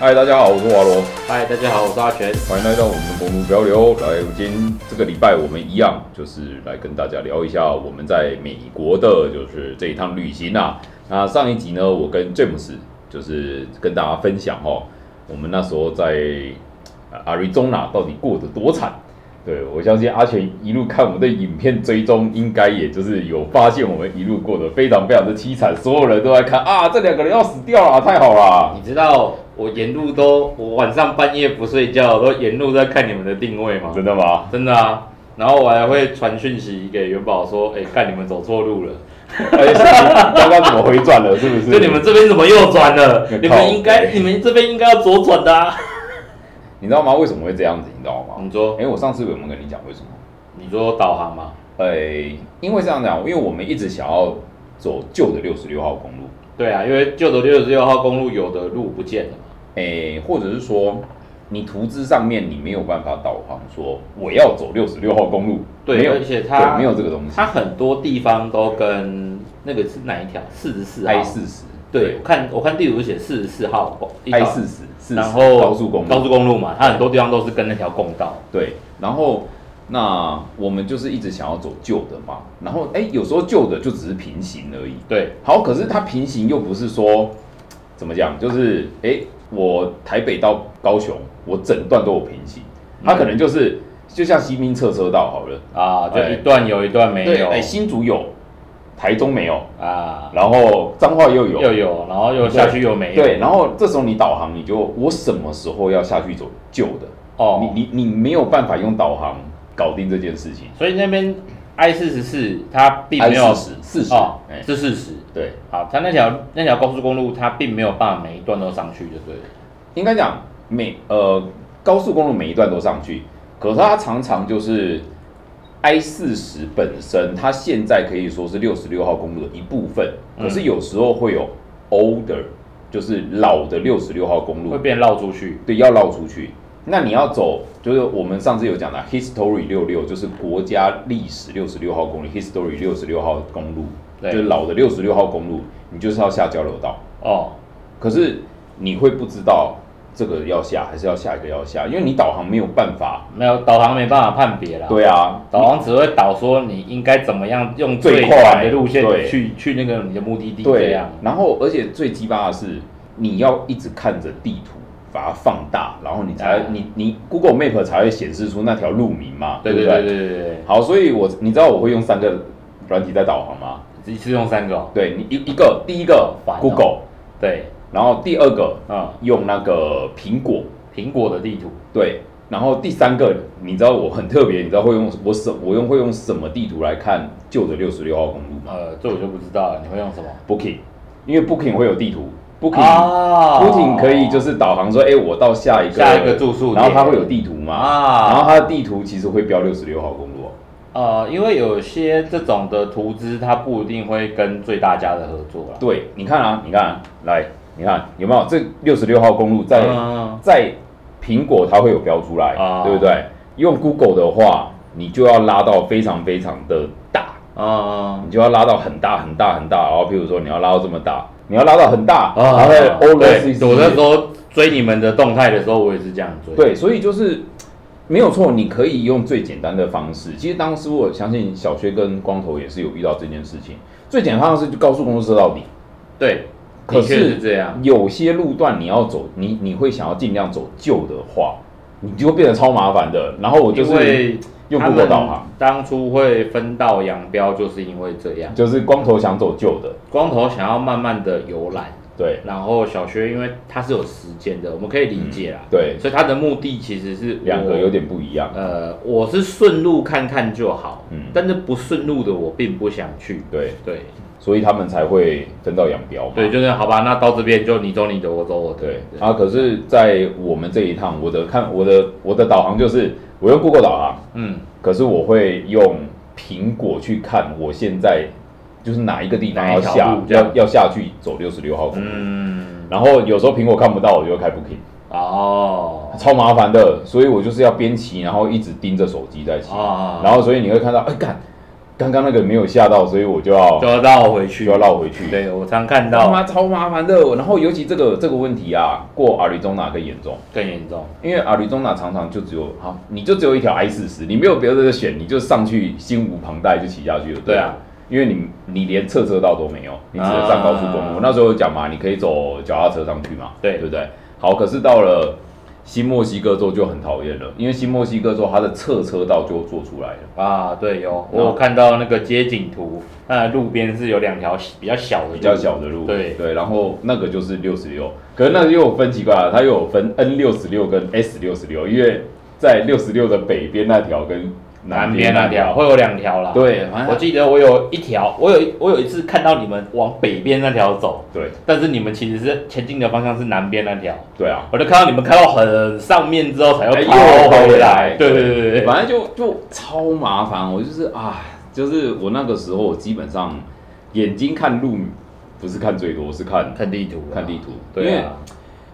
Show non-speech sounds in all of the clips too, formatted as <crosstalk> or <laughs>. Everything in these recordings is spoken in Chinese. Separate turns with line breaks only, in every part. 嗨，大家好，我是华罗，
嗨，大家好，我是阿全。
欢迎来到我们的国民不要流。来，今天这个礼拜我们一样就是来跟大家聊一下我们在美国的，就是这一趟旅行啊。那上一集呢，我跟 James 就是跟大家分享哦，我们那时候在呃 Arizona 到底过得多惨。对，我相信阿全一路看我们的影片追踪，应该也就是有发现我们一路过得非常非常的凄惨，所有人都在看啊，这两个人要死掉了，太好了。
你知道我沿路都，我晚上半夜不睡觉，都沿路在看你们的定位吗？
真的吗？
真的啊。然后我还会传讯息给元宝说，哎、看你们走错路了，
哎，是刚刚怎么回转了？是不是？
就你们，这边怎么右转了？
靠
你们应该，你们这边应该要左转的、啊。
你知道吗？为什么会这样子？你知道吗？
你说
哎、，我上次有没有跟你讲为什么？
你说导航吗？
哎、因为这样讲，因为我们一直想要走旧的六十六号公路，
对啊，因为旧的六十六号公路有的路不见了嘛。
哎、或者是说你图资上面你没有办法导航，说我要走六十六号公路，没
对，
有
而且它
对没有这个东西
它很多地方都跟那个是哪一条？四十四号。
，I 四十，
对，我看我看地图写四十四号一条
，I 四十是
然后
高速公路，
高速公路嘛，它很多地方都是跟那条公道。
对，然后那我们就是一直想要走旧的嘛，然后哎、有时候旧的就只是平行而已，
对，
好，可是它平行又不是说怎么讲，就是诶，我台北到高雄，我整段都有平行，它可能就是、就像新兵测车道好了，
啊，就
哎
一段有一段没
对，
有
哎，新竹有，台中没有，
啊，
然后彰化又有，
又有，然后又下去又没有。
对，然后这时候你导航你就我什么时候要下去走旧的，
哦，
你你你没有办法用导航搞定这件事情，
所以那边 I 四十四它并没有
四十四十，
哦
哎，
是事实。
对。
好，它那条那条高速公路它并没有办法每一段都上去，就对了。
应该讲每呃高速公路每一段都上去，可是它常常就是 I 四十本身，它现在可以说是六十六号公路的一部分，
嗯
可是有时候会有 older，就是老的六十六号公
会
路，
变绕出去。
对，要绕出去。那你要走，就是我们上次有讲的 History 六六，就是国家历史六十六号公路，History 六十六号公路，就
对
是老的六十六号公路，你就是要下交流道。
哦，
可是你会不知道这个要下还是要下一个要下，因为你导航没有办法。
没有导航没办法判别啦。
对啊，
导航只会导说你应该怎么样用
最
最
快
快的路线
对
去去那个你的目的地这
对
样。
然后而且最鸡巴的是，你要一直看着地图，把它放大，然后你才、
啊
你你 Google Map 才会显示出那条路名嘛，
对
不
对对对对对
好，所以我你知道我会用三个软体在导航吗？
对，一次用三个、哦。
对你一一个第一个
烦哦
Google，
对，
然后第二个
嗯，
用那个苹果，
苹果的地图
对，然后第三个，你知道我很特别，你知道会用我什我用会用什么地图来看旧的六十六号公路吗
呃，这我就不知道了，你会用什么
？Booking，因为 Booking 会有地图，Booking、
啊哦
Booking 可以就是导航说，哎、我到下一个
下一个住宿点
然后它会有地图嘛，
啊
然后它的地图其实会标六十六号公路哦、
呃，因为有些这种的图资，它不一定会跟最大家的合作啦。
对，你看啊，你看、啊，来，你看有没有这六十六号公路在、
嗯
在苹果它会有标出来，
啊
对不对？用 Google 的话，你就要拉到非常非常的大。
嗯
你就要拉到很大很大很大，然后譬如说你要拉到这么大，你要拉到很大，然后在欧罗斯
啊对，我那时候追你们的动态的时候，我也是这样追。，
对，所以就是没有错，你可以用最简单的方式。其实当时我相信小薛跟光头也是有遇到这件事情，最简单的方式就高速公路车到底。
对，
可
的
是
确是这样。
有些路段你要走，你你会想要尽量走旧的话，你就会变得超麻烦的。然后我就
因
是
为
用
他
Google
们
导航，
当初会分道扬镳，就是因为这样。
就是光头想走旧的，
光头想要慢慢的游览，
对
然后小薛因为他是有时间的，我们可以理解啦。
对，
所以他的目的其实是我
嗯两个有点不一样，
呃，我是顺路看看就好，
嗯
但是不顺路的我并不想去。
对，
对
所以他们才会分道扬镳嘛。
对，就是好吧，那到这边就你走你的，我走我
哦
的。
对啊，可是，在我们这一趟，我的看我的我的导航就是我用 Google 导航，
嗯，
可是我会用苹果去看我现在就是哪一个地方
哪
要
一条
下
路这样
要要下去走六十六号公路，
嗯，
然后有时候苹果看不到，我就会开 Booking，
哦，
超麻烦的，所以我就是要边骑，然后一直盯着手机在骑，
啊
然后所以你会看到，哎干。刚刚那个没有吓到，所以我就要
哦就要绕回去，
就要绕回去
对我常看
他
到
妈超麻烦的。然后尤其这个这个问题啊，过阿里中纳更严重，
更严重，
因为阿里中纳常常就只有好，你就只有一条 I 四十，你没有别的可选，你就上去心无旁贷就骑下去了。
对啊，
因为你你连侧车道都没有，你只能上高速公路。
啊
我那时候有讲嘛，你可以走脚踏车上去嘛，
对
对不对？好，可是到了新墨西哥州就很讨厌了，因为新墨西哥州它的侧车道就做出来了。
啊，对，有我
然后
有看到那个街景图，那路边是有两条比较小的，
比较小的路，
对
对，然后那个就是六十六，可是那个又有分奇怪啊了，它又有分 N 六十六跟 S 六十六，因为在六十六的北边那条跟
南
边
边那条，会有两条啦。，
对，反
我
正
记得我有一条，我有一我有一次看到你们往北边那条走，
对
但是你们其实是前进的方向是南边那条，
对啊，
我就看到你们开到很上面之后才又
哎又
跑
回
回
来
来。对对对对对，
反正就就超麻烦，我就是啊，就是我那个时候基本上眼睛看路不是看最多，是看
看地图啊，
看地图，因
对
为
啊，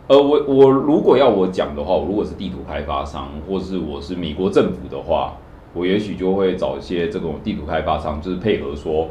呃，我我如果要我讲的话，我如果是地图开发商，或是我是美国政府的话，我也许就会找一些这种地图开发商，就是配合说，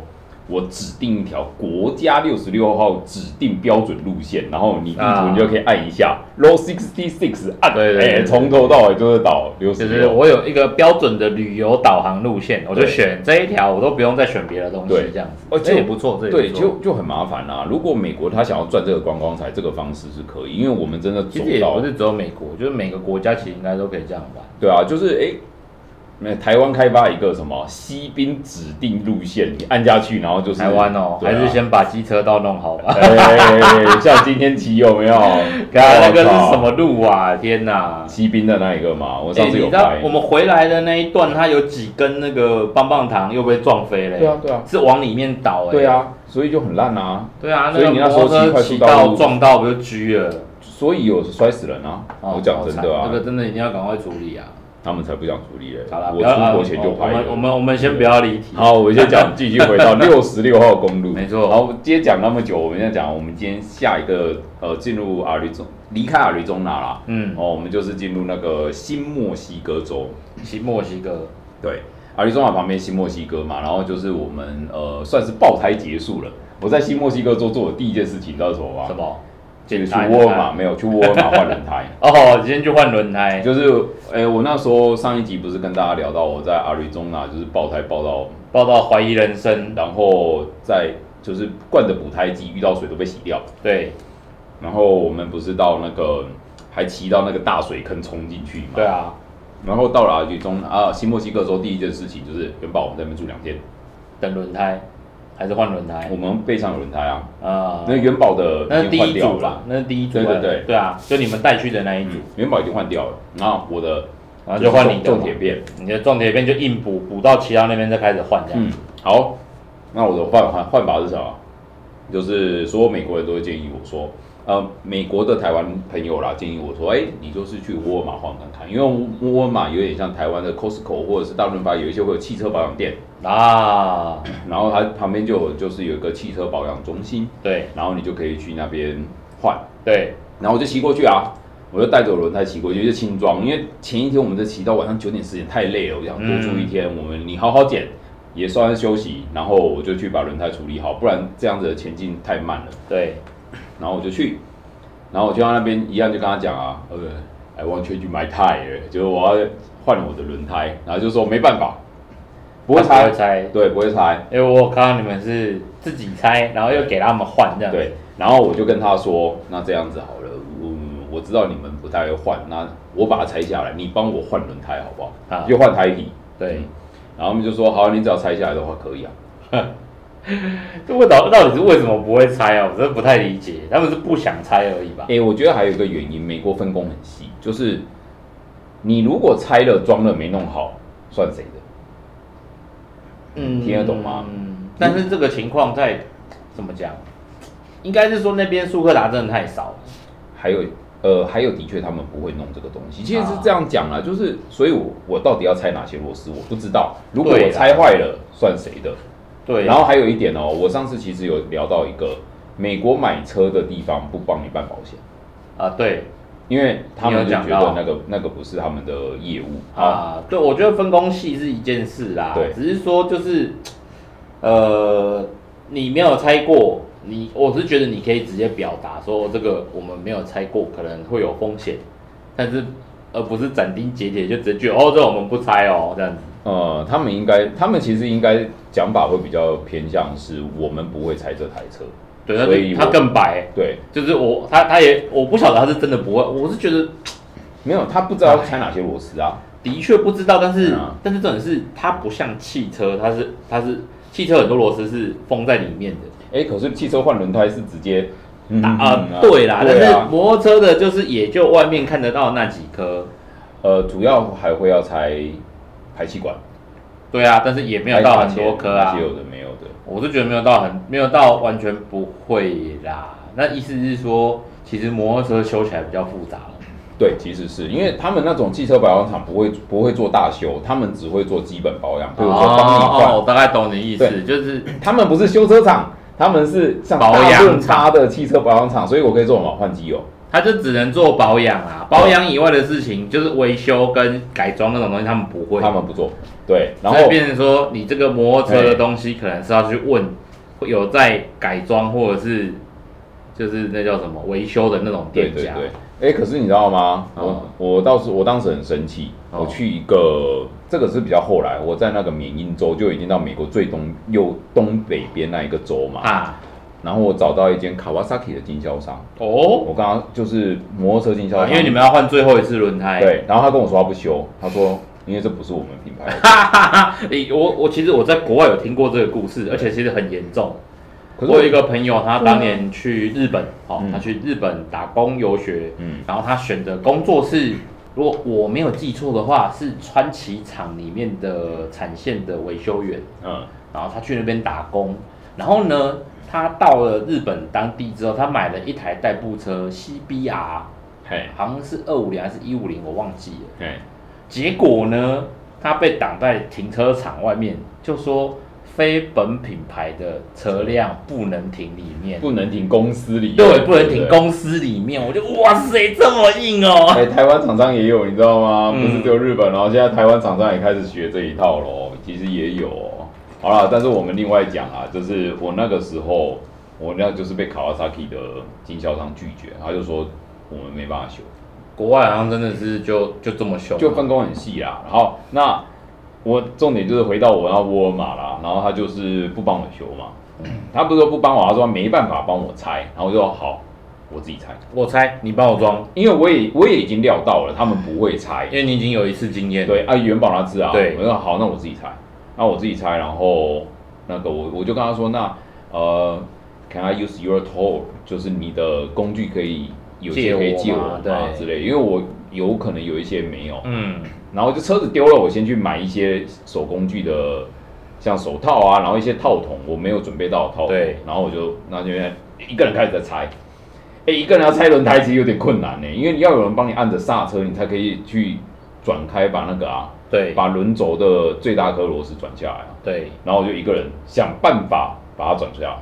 我指定一条国家六十六号指定标准路线，然后你地图
啊
你就可以按一下、Road sixty six，按
对对对
哎
对
从头到尾就是导六
就
十
是
六，
我有一个标准的旅游导航路线，我就
对
选这一条，我都不用再选别的东西
对，
这样子。
哦
这
就
也不错，这也
对，
不错
就就很麻烦啦、啊如果美国他想要赚这个观光财，这个方式是可以，因为我们真的走
其实也
到
不是只有美国，就是每个国家其实应该都可以这样吧。
对啊，就是诶，那台湾开发一个什么西滨指定路线，你按下去，然后就是
台湾哦，
对啊
还是先把机车道弄好
<laughs>
吧。
哎，像今天骑有没
<laughs>
有？
看那个是什么路啊？天哪！
西滨的那一个嘛，我
哎
上次
你
有
知道
拍。
我们回来的那一段，它有几根那个棒棒糖又被撞飞嘞、
对啊，对啊，
是往里面倒哎、
对，啊，所以就很烂啊，
对啊，
所以你那
那
时
个
候
摩托车
骑
骑
快速道路
到撞到不就狙了？
所以有摔死人啊。
哦
我讲真的
好
啊
惨，那个真的一定要赶快处理啊！
他们才不想处理嘞。
好啦，
我
不要呃
出国前就
我
拍
们我
了。
们我们先不要离题。
好，我先讲，继续回
<laughs>
到六十六号公路。
没错
好，今天讲那么久，我们现在讲，我们今天下一个呃，进入阿里中，离开阿里中纳啦。
嗯，
哦，我们就是进入那个新墨西哥州，
西墨西哥
对，阿里中纳旁边新墨西哥嘛，然后就是我们呃算是爆胎结束了。我在新墨西哥州做的第一件事情，你知道是什么吗？
什？么？
去
简
去
单
沃尔玛，没有去沃尔玛换轮
<laughs>
胎。
哦，今天去换轮胎，
就是，哎、我那时候上一集不是跟大家聊到我在阿里中纳就是爆胎爆到，
报道怀疑人生。
然后在就是灌的补胎机遇到水都被洗掉，
对
然后我们不是到那个还骑到那个大水坑冲进去嘛？
对啊，
然后到了阿里中啊新墨西哥州，第一件事情就是原本我们在那边住两天，
等轮胎还是换轮胎
我们背上有轮胎啊，
啊？
那元宝的
那
已
是第
经换
一
掉
组
了
啦，，那是第一组啊。
对对对
对啊，就你们带去的那一组
嗯，，元宝已经换掉了，然后我的
然后就换
是
你的
重
嘛
重铁，片，
你的重铁片就硬补，补到其他那边再开始换这样。
嗯，好，那我的换换换法是什么？就是所有美国人都会建议我说，呃，美国的台湾朋友啦，建议我说，哎、你就是去沃尔玛换看看，因为沃尔玛有点像台湾的 Costco 或者是大润发，有一些会有汽车保养店，
啊，
然后它旁边就有就是有一个汽车保养中心，
对
然后你就可以去那边换，
对，
然后我就骑过去啊，我就带着我轮胎骑过去，就轻装，因为前一天我们在骑到晚上九点十点太累了，我想多住一天，我们你好好减，也算是休息，然后我就去把轮胎处理好，不然这样子的前进太慢了。
对，
然后我就去，然后我就到那边一样就跟他讲啊，呃，I want to change my tire，就是我要换我的轮胎，然后就说没办法，不会拆
他不会，拆，
对，不会拆，
因为哎我有看到你们是自己拆，然后又给他们换这样。
对，，然后我就跟他说，那这样子好了，嗯，我知道你们不太会换，那我把它拆下来，你帮我换轮胎好不好？
啊
就换胎皮。
对
嗯，然后他们就说，好，你只要拆下来的话可以啊。
这我到到底是为什么不会拆啊？我真的不太理解，他们是不想拆而已吧？
诶、我觉得还有一个原因，美国分工很细，就是你如果拆了装了没弄好，算谁的？
嗯
听得懂吗？
嗯，但是这个情况在怎么讲？应该是说那边苏克达真的太少了。
还有。呃，还有的确他们不会弄这个东
啊
西，其实是这样讲啦，就是，所以我我到底要拆哪些螺丝，我不知道。如果
对啊
我
啦
拆坏了，算谁的？
对，
然后还有一点哦，我上次其实有聊到一个美国买车的地方不帮你办保险，
啊，对
因为他们就觉
你有讲
得
到
那个那个不是他们的业务啊。
啊，对，我觉得分工细是一件事啦，
对
只是说就是呃，你没有猜过，你我是觉得你可以直接表达说这个我们没有猜过，可能会有风险，但是而不是斩钉截铁就直接去哦，这我们不猜哦，这样子。
呃，他们应该，他们其实应该讲法会比较偏向是我们不会猜这台车，
对，
所以
他他
我
更白，
对，
就是我他他也我不晓得他是真的不会，我是觉得
没有，他不知道拆哪些螺丝啊，
的确不知道，但是、
嗯啊
但是重点是它不像汽车，它是它是汽车很多螺丝是封在里面的，
哎、可是汽车换轮胎是直接，嗯
打啊、
嗯
对啦，但
对
是
啊，
摩托车的就是也就外面看得到那几颗，
呃，主要还会要拆排气管，
对啊，但是也没有到很多颗啊
那些，有的没有的，
我是觉得没有到很没有到完全不会啦，那意思是说其实摩托车修起来比较复杂了，
对，其实是因为他们那种汽车保养厂不会不会做大修，他们只会做基本保养，比如说帮你换
哦，我大概懂你意思，
对
就是
他们不是修车厂，他们是像
保养
大润
厂
发的汽车保养厂，所以我可以做什么换机油。
他就只能做保养啦，保养以外的事情就是维修跟改装那种东西，他们不会。
他们不做，对，然
然
后
后变成说，你这个摩托车的东西可能是要去问会有在改装或者是就是那叫什么维修的那种
对
店
对
家，
对，哎、可是你知道吗？
哦
我我当时我当时很生气，
哦
我去一个这个是比较后来，我在那个缅因州就已经到美国最东右东北边那一个州嘛，
啊，
然后我找到一间 Kawasaki 的经销商，
哦，
我刚刚就是摩托车经销
啊
商，
因为你们要换最后一次轮胎，， <laughs>
对，然后他跟我说他不修，他说因为这不是我们品 <laughs> 牌的，
哈哈哈。诶我我其实我在国外有听过这个故事，而且其实很严重。
可是
我有一个朋友，他当年去日本，哦，
嗯
他去日本打工游学，
嗯
然后他选的工作是，如果我没有记错的话，是川崎厂里面的产线的维修员。
嗯
然后他去那边打工，然后呢，他到了日本当地之后，他买了一台代步车 CBR，好
嘿
像是二五零还是一五零，我忘记了。
嘿
结果呢，他被挡在停车场外面，就说非本品牌的车辆不能停里面。
不能停公司里，
对，不能
对。
停公司里面，我就哇塞，这么硬哦！
哎、台湾厂商也有，你知道吗？
嗯
不是只有日本，然后现在台湾厂商也开始学这一套喽。其实也有哦、好啦，但是我们另外讲啊，就是我那个时候，我那就是被 Kawasaki 的经销商拒绝，他就说我们没办法修，
国外好像真的是就就这么凶，啊
就分工很细啦。然后那我重点就是回到我那沃尔玛啦，然后他就是不帮我修嘛，
嗯
他不是说不帮我，他说没办法帮我拆，然后我就说好，我自己拆，
我猜你帮我装，
因为我也我也已经料到了他们不会拆
因，为你已经有一次经验。
对啊，元宝他知啊，
嗯对
我说好，那我自己拆，那我自己拆，然后那个我我就跟他说，那呃，Can I use your tool？就是你的工具可以有
借
些可以
我
借
吗
我嘛
对
之类，因为我有可能有一些没有，
嗯，
然后就车子丢了，我先去买一些手工具的，像手套啊，然后一些套筒，我没有准备到的套筒，
对
然后我就那就一个人开始在拆。哎、一个人要拆轮胎其实有点困难呢、因为你要有人帮你按着刹车，你才可以去转开把那个啊，
对
把轮轴的最大颗螺丝转下来啊。
对，
然后我就一个人想办法把它转下来。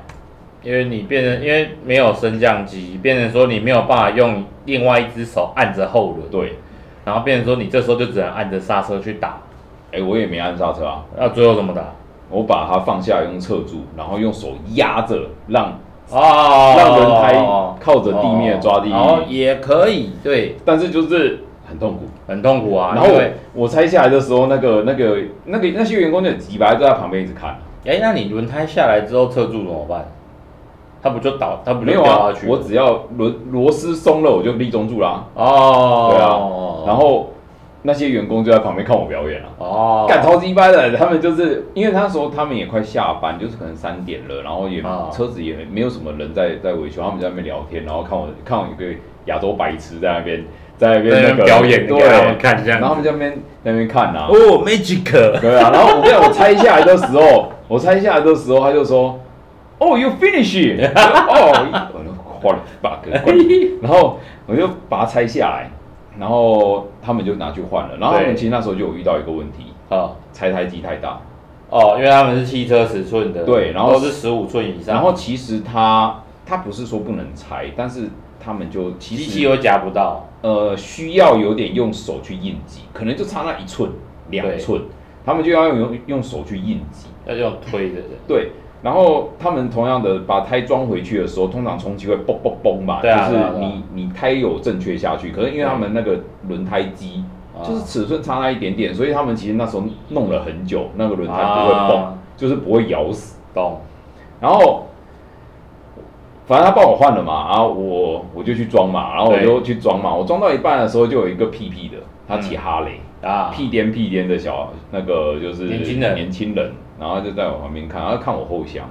因为你变成因为没有升降机，变成说你没有办法用另外一只手按着后轮，
对，
然后变成说你这时候就只能按着刹车去打，
哎、我也没按刹车啊，
那最后怎么打？
我把它放下来用侧柱，然后用手压着让
哦
让轮胎靠着地面抓地
然后哦也可以，对，
但是就是很痛苦。
很痛苦啊。
然后
因
我
为
我拆下来的时候，那个那个那个那些员工就很急白，就在旁边一直看。
哎，那你轮胎下来之后侧柱怎么办？它不就倒，它不就
没有
掉
啊
下去，？
我只要螺螺丝松了，我就立中柱啦。
哦，
对啊，然后那些员工就在旁边看我表演啊。
哦，
干超鸡掰的，他们就是因为那时候他们也快下班，就是可能三点了，然后也、
啊
车子也没有什么人在在维修，他们在那边聊天，然后看我看我一个亚洲白痴在那边在那边
在那
那
边
个
表演
对，
给他们看这样
然
子
后他们在那边在那边看啊，
哦
<laughs>
，magic，
对啊，然后我跟你讲我拆下来的时候，我拆下来的时候，他就说，Oh, you finish it！哦，我就哗啦 bug，然后我就把它拆下来，然后他们就拿去换了。然后他们
对
其实那时候就有遇到一个问题，
好。
拆胎机太大，
哦，因为他们是汽车十寸的，
对然后
都是啊十五寸以上，
然后其实它它不是说不能拆，但是他们就其
机
实
器又夹不到，
呃需要有点用手去硬挤，可能就差那一寸两寸，他们就要用用手去应急。
要这种推的人，
对，然后他们同样的把胎装回去的时候，通常充气会嘣嘣嘣嘛，
对啊
就是
对啊对啊
你你胎有正确下去，可是因为他们那个轮胎机 <laughs>
啊
就是尺寸差那一点点，所以他们其实那时候弄了很久，那个轮胎不会崩，
啊
就是不会咬死。
懂？
然后反正他帮我换了嘛，然后我我就去装嘛，然后我
对
就去装嘛，我装到一半的时候就有一个屁屁的，他骑哈雷。
啊，
屁颠屁颠的小那个就是
年轻人
年轻人，然后就在我旁边看，他看我后箱。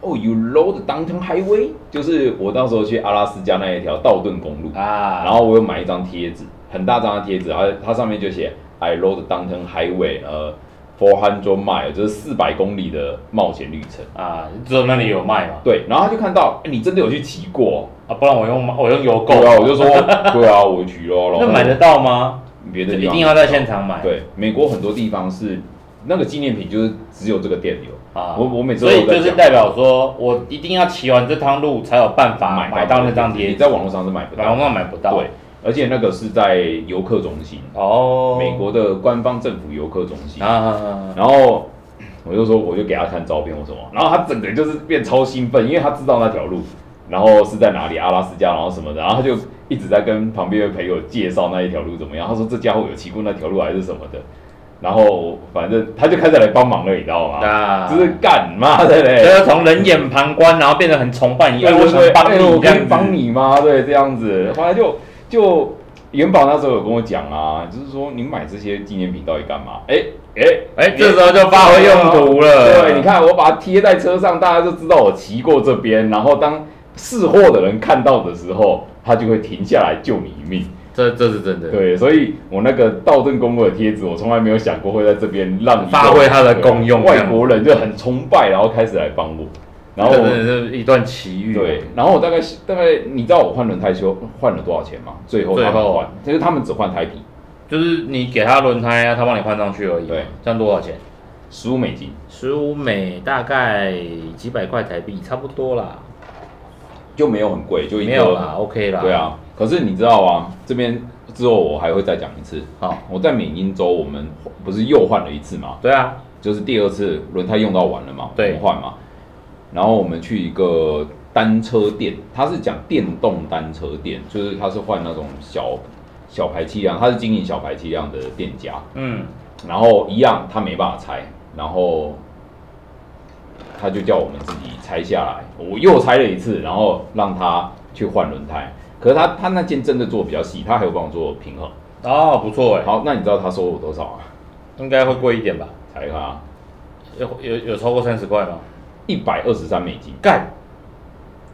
哦、y o u load the downtown highway，就是我到时候去阿拉斯加那一条道顿公路，
啊，
然后我有买一张贴纸，很大张的贴纸，它它上面就写 I load the downtown highway，呃，four hundred mile，就是四百公里的冒险旅程。
啊，只有那里有卖嘛？
对，然后他就看到，哎，你真的有去骑过哦？
啊，不然我用我用邮购
对，啊，我就说，对啊，我骑咯。然后
那买得到吗？
别
就
的地
一
方
定要在现场买。
对，美国很多地方是那个纪念品就是只有这个店有，
啊，
我我每次都
所以
有在
就
讲
是代表说我一定要骑完这趟路才有办法
买
买到那张贴
你
纸
在，网络上是买不
买
到
网。上买不到。
对，，而且那个是在游客中心，
哦，
美国的官方政府游客中心。
啊，
然后我就说，我就给他看照片或什么，然后他整个就是变超兴奋，因为他知道那条路，然后是在哪里，阿拉斯加，然后什么的，然后他就一直在跟旁边的朋友介绍那一条路怎么样。他说这家伙有骑过那条路还是什么的，然后反正他就开始来帮忙了，你知道吗？
那
就是干妈的
就
嘞。
是从冷眼旁观，然后变得很崇拜你，哎，我
对
想
对
帮
啊哎
你，
我
这
可
样
以
子
帮，你吗？对，这样子，后来就就元宝那时候有跟我讲啊，就是说你买这些纪念品到底干嘛？哎哎
哎，这时候就发挥用途了。
对，你，看我把它贴在车上，大家就知道我骑过这边，然后当试货的人看到的时候，他就会停下来救你一命。
这这是真的，
对，所以我那个道正公路的贴纸，我从来没有想过会在这边让一个
发挥它的功用
外国人就很崇拜，然后开始来帮我，然后
这真的是一段奇遇。
对，，然后我大概是大概你知道我换轮胎修换了多少钱吗？最后他
最
们
后
换，就是他们只换胎皮，
就是你给他轮胎啊，他帮你换上去而已。
对，
这样多少钱？
十五美金，
十五美大概几百块台币，差不多啦，
就没有很贵，就一
没有
个
啦，OK 啦。
对，啊。可是你知道啊，这边之后我还会再讲一次。
好，
我在缅因州，我们不是又换了一次嘛，
对啊，
就是第二次轮胎用到完了嘛，
对
我们换嘛。然后我们去一个单车店，它是讲电动单车店，就是它是换那种小小排气量，它是经营小排气量的店家。
嗯，
然后一样他没办法拆，然后他就叫我们自己拆下来，我又拆了一次，然后让他去换轮胎。可是他他那件真的做得比较细，他还有帮我做平衡。
哦，不错哎，
好，那你知道他收我多少啊？
应该会贵一点吧？
才啊
有有有超过三十块吗？
一百二十三美金，
干，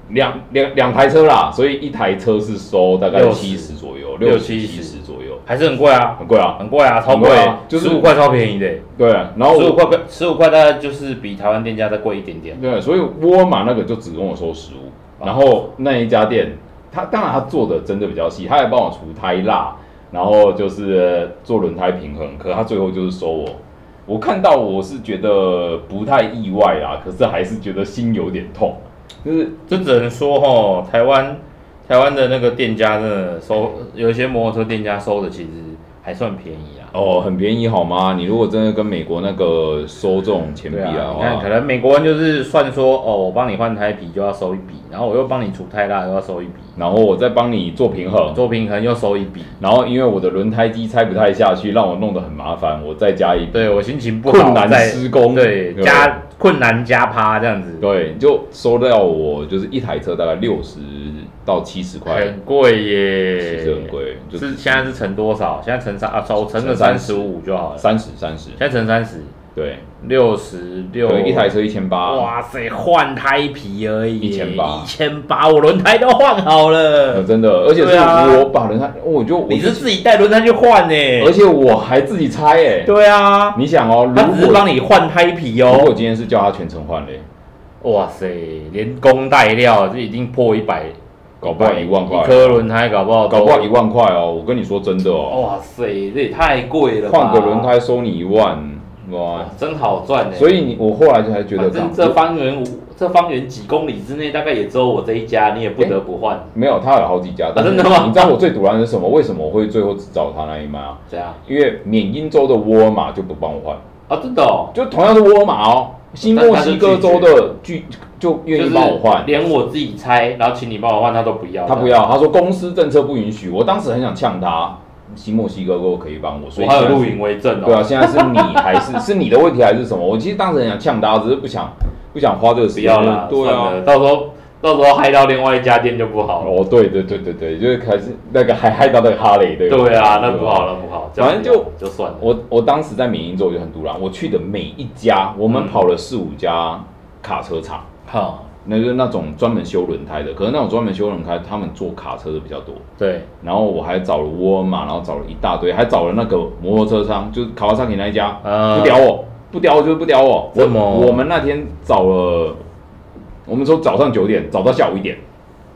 两两两台车啦，所以一台车是收大概
60
七十左右，
六
六
七
七
十
十左右，
还是很贵啊，
很贵啊。
很贵啊，超
很
贵
贵啊，就是
十五块超便宜的欸，
对，然后
十五
我
块十五块大概就是比台湾店家再贵一点点。
对，所以沃尔玛那个就只跟我收十五，
啊
然后那一家店，他当然他做的真的比较细，他还帮我除胎蜡，然后就是做轮胎平衡，可他最后就是收我。我看到我是觉得不太意外啦，可是还是觉得心有点痛，就是
这只能说吼，台湾台湾的那个店家真的收，有一些摩托车店家收的其实还算便宜啊。
哦很便宜好吗？你如果真的跟美国那个收这种钱比
对
啊，
啊，你
哇
看，可能美国人就是算说，哦，我帮你换胎皮就要收一笔，然后我又帮你除胎蜡又要收一笔，
然后我再帮你做平衡，
做平衡又收一笔。
然后因为我的轮胎机拆不太下去，让我弄得很麻烦，我再加一
对我心情不好，
困难
再
施工，
对
对
加困难加趴这样子，
对，就收到我就是一台车大概六十到七十块，
很贵
其
耶，
实很贵，就是
现在是乘多少？现在乘三啊，收乘个
乘
三十五就好了。
三十三十，
现在乘三十，
对，
六十六
有一台车一千八，
哇塞，换胎皮而已，
1800
啊一千八，我轮胎都换好
呃
了，
真的，而且
对啊
是我把人家，我就我
你是自己带轮胎去换呢、
而且我还自己拆哎，
对啊，
你想哦，
他只
如
是
果
<laughs> 帮你换胎皮
如果
哦。
今天是叫他全程换嘞，
哇塞，连工带料，这已经破一百，
搞不好一万块
一，颗轮胎搞不好都
搞不好一。万块哦，我跟你说真的哦，
哇塞，这也太贵了吧。
换个轮胎收你一万，哇
哇，，真好赚呢、欸
所以你我后来就才觉得
反正
港
这方圆五这方圆几公里之内，大概也只有我这一家，你也不得不换。
没有，他有好几家，但是
<laughs> 真的吗
你知道我最堵然的是什么？为什么我会最后只找他那一卖啊？
这样
因为缅因州的沃尔玛就不帮我换，
啊，真的哦，
就同样是沃尔玛哦，新墨西哥州的拒就愿意帮我换
就是，连我自己拆，然后请你帮我换，他都不要。
他不，要，他说公司政策不允许。我当时很想呛他，新墨西哥州可以帮我，所以
我还有
现在是
录影为证哦。
对啊，现在是你还是 <laughs> 是你的问题还是什么？我其实当时很想呛他，只是不想不想花这个时
不
间。
要啦，
对
算
啊。
了，到时候到时候害到另外一家店就不好了。
哦，对对对对对，就是开始那个还害到那个哈雷，对吧
对啊，那不。
对吧
好，那不好，这
反正
样
就
就算了。
我我当时在缅因州就很突然，我去的每一家，我们
嗯
跑了四五家卡车厂，
好，
那就是那种专门修轮胎的，可是那种专门修轮胎，他们做卡车的比较多。
对，
然后我还找了沃尔玛，然后找了一大堆，还找了那个摩托车商，就是卡瓦萨提那一家，
啊
不屌我，不屌我就是不屌我。我
这么
我们那天找了，我们从早上九点找到下午一点，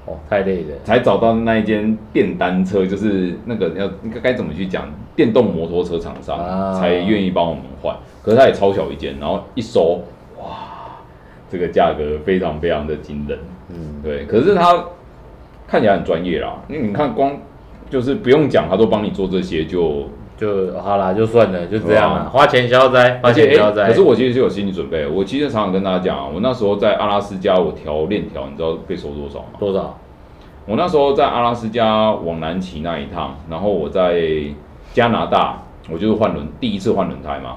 哦，太累了。
才找到那一间电单车，就是那个要应该该怎么去讲，电动摩托车厂商、
啊
才愿意帮我们换。可是它也超小一间，然后一收，哇，这个价格非常非常的惊人。
嗯，
对，可是他看起来很专业啦，因为你看光就是不用讲，他都帮你做这些就，
就好啦，就算了，就这样
哇
了，花钱消灾，花
啊而且
钱消
哎、
灾。
可是我其实就有心理准备，我其实常常跟大家讲啊，我那时候在阿拉斯加我调链条，你知道被收多少吗？
多少？
我那时候在阿拉斯加往南骑那一趟，然后我在加拿大，我就是换轮，第一次换轮胎嘛，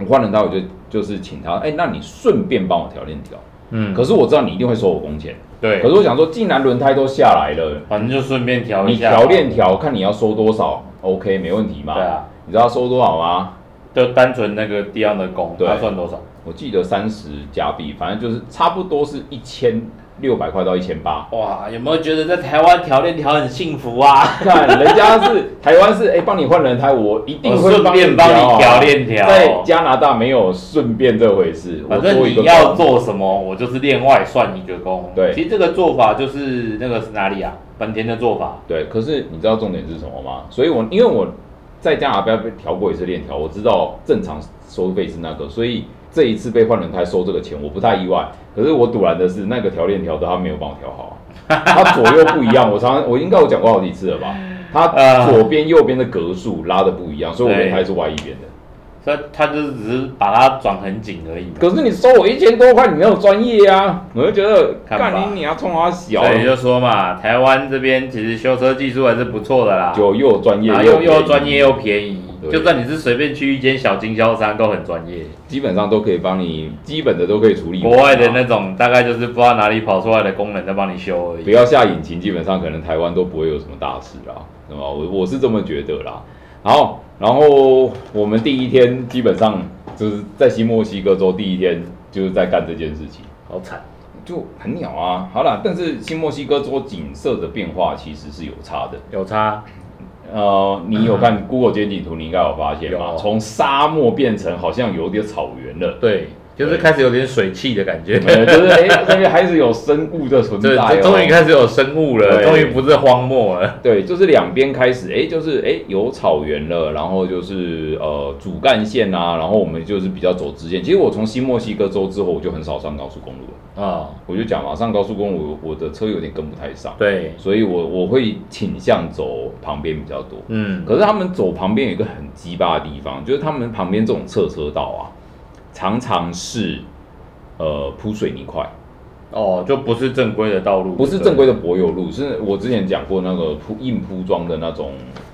我换轮胎我就就是请他，哎、那你顺便帮我调链条，
嗯，
可是我知道你一定会收我工钱，
对，
可是我想说，既然轮胎都下来了。
反正就顺便调一
你
下，
调链条，看你要收多少，OK，没问题嘛。
对啊，
你知道收多少吗？
就单纯那个地上的工，
对
他算多少？
我记得三十加币，反正就是差不多是一千六百块到一千八。
哇，有没有觉得在台湾调链条很幸福啊？
<laughs> 看人家是台湾是哎，帮、你换轮胎，我一定
我
会
顺便帮
啊
你调链条
在加拿大没有顺便这回事，我
反
多
正
一个
你
工
要做什么，我就是另外算一个工。
对
其实这个做法就是那个是哪里啊？本田的做法。
对，可是你知道重点是什么吗？所以我因为我在加拿大被调过一次链条，我知道正常收费是那个，所以这一次被换轮胎收这个钱，我不太意外。可是我堵然的是那个调链条的他没有帮我调好啊，他左右不一样。我常常我应该有讲过好几次了吧？他
呃
左边右边的格数拉的不一样，所以我轮胎是歪一边的。
所以他就是只是把它转很紧而已嘛，
可是你收我一千多块，你没有专业啊！我就觉得
看吧
干你你要冲我小，
所以就说嘛，台湾这边其实修车技术还是不错的啦，
就又专业
然后
又
啊
便
又又
宜
专业又便宜，
对
就算你是随便去一间小经销商都很专业。
基本上都可以帮你，基本的都可以处理完
国
啊。
外的那种大概就是不知道哪里跑出来的工人在帮你修而
不
已。
要下引擎，基本上可能台湾都不会有什么大事啦，那么我我是这么觉得啦。好，然后我们第一天基本上就是在新墨西哥州第一天就是在干这件事情，
好惨，
就很鸟啊。好啦，但是新墨西哥州景色的变化其实是有差的。
有差，
呃，你有看 Google 街景图，你应该有发现吧？
嗯有
从沙漠变成好像有点草原了。
对，就是开始有点水汽的感觉，
<laughs> 呃就是哎，那边还是有生物的存在
这
哦。
这终于开始有生物了，哎
对
终于不是荒漠了。
对，就是两边开始，哎，就是哎有草原了，然后就是呃主干线啊，然后我们就是比较走支线。其实我从新墨西哥州之后，我就很少上高速公路了。
啊，
我就讲嘛，上高速公路我我的车有点跟不太上，
对，
所以我我会倾向走旁边比较多。
嗯，
可是他们走旁边有一个很鸡巴的地方，就是他们旁边这种侧车道啊，常常是呃铺水泥块。
哦，就不是正规的道路，
不是正规
的。
的柏油路，是我之前讲过那个铺硬铺装的那种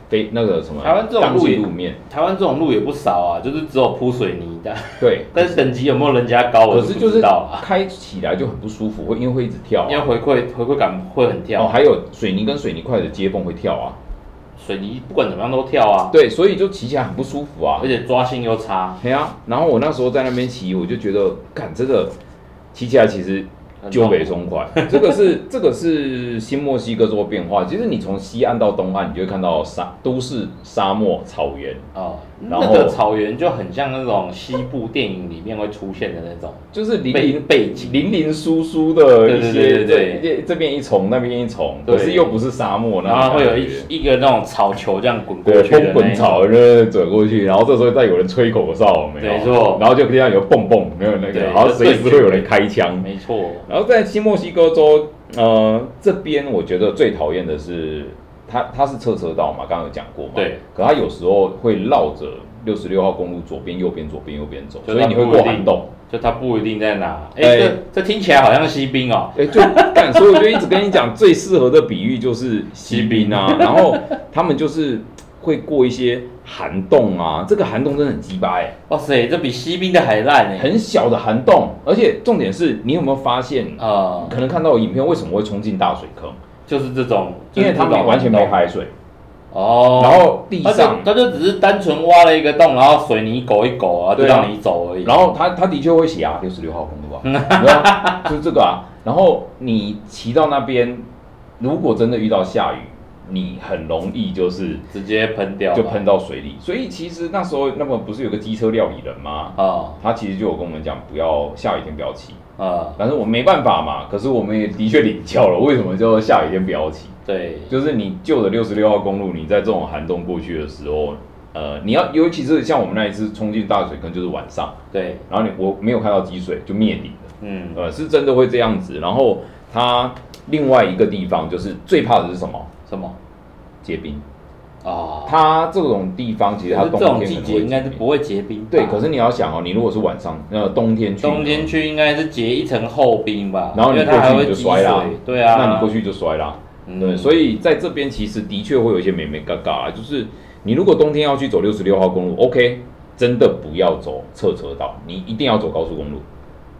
非那个什么
台湾这种路也
钢筋路面，
台湾这种路也不少啊，就是只有铺水泥的， <laughs>
对，
但是等级有没有人家高，哦我
可
就是不
就
知
是
道啊了。
开起来就很不舒服，会因为会一直跳、
因为
啊，
回馈回馈感会很
哦，
跳，啊
还有水泥跟水泥块的接缝会跳啊，
水泥不管怎么样都跳啊，
对，所以就骑起来很不舒服啊
而，且抓性又差。
对啊，然后我那时候在那边骑，我就觉得，干这个骑起来其实
很
就
痛
北松快， <laughs> 这个是这个是新墨西哥州的变化。其实你从西岸到东岸，你就会看到沙都市、沙漠、草原，
哦，
然
那
后
个草原就很像那种西部电影里面会出现的那种，
就是林
背
林
背景
林林疏疏的一些，
对对对对
这这边一丛，那边一丛，
对
可是又不是沙漠，
然后会有一
些
一个那种草球这样滚过
对
去
风
的那
滚
一种，
草就是转过去，然后这时候再有人吹口哨，没有？
没错
然后就听到有蹦蹦，没有那个，
对
然后随时会有人开枪，
没错，
然后在新墨西哥州，呃，这边我觉得最讨厌的是，它它是车车道嘛，刚刚有讲过嘛，
对。
可它有时候会绕着六十六号公路左边、右边、左边、右边走，
就
所
是
以
它
你会
不
过
一定
涵洞。
就它不一定在哪。哎、
哎
这这听起来好像西兵哦、
哎，就干，所以我就一直跟你讲，最适合的比喻就是西兵啊，然后他们就是会过一些涵洞啊，这个涵洞真的很鸡巴哎、
哇塞，这比西兵的还烂哎、
很小的涵洞，而且重点是你有没有发现，
呃，
可能看到影片为什么会冲进大水坑，
就是这种，
因为他
就是这
们
种
完全没
洞
排水。
哦，
然后地
他
上
就，他就只是单纯挖了一个洞，然后水泥狗一狗啊，就
对啊
让你走而已。
然后他他的确会写啊，六十六号公路啊，然后就是这个啊。然后你骑到那边，如果真的遇到下雨，你很容易就是
直接喷掉，
就喷到水里。所以其实那时候那么不是有个机车料理人吗？
啊
他其实就有跟我们讲，不要下雨天不要骑。
啊，
但是我没办法嘛，可是我们也的确领教了，为什么叫下雨天不要骑？
对，
就是你旧的六十六号公路，你在这种寒冬过去的时候，呃，你要尤其是像我们那一次冲进大水坑，就是晚上，
对，
然后你我没有看到积水就灭顶了，
嗯，
呃，是真的会这样子。然后它另外一个地方就是最怕的是什么？
什么
结冰。
啊？
它这种地方其实它
可是
冬
这种
天
季
可能
节
会
应该
结
是
冰
不会结冰吧，
对，可是你要想哦，你如果是晚上，那冬天去，
冬天去应该是结一层厚冰吧，
然后
因
你
为
过
它还
去你
会
就
积
摔啦
水，，对啊，
那你过去就摔啦，
嗯
对，所以在这边其实的确会有一些美美嘎嘎啊，就是你如果冬天要去走六十六号公路，OK，真的不要走侧车道，你一定要走高速公路。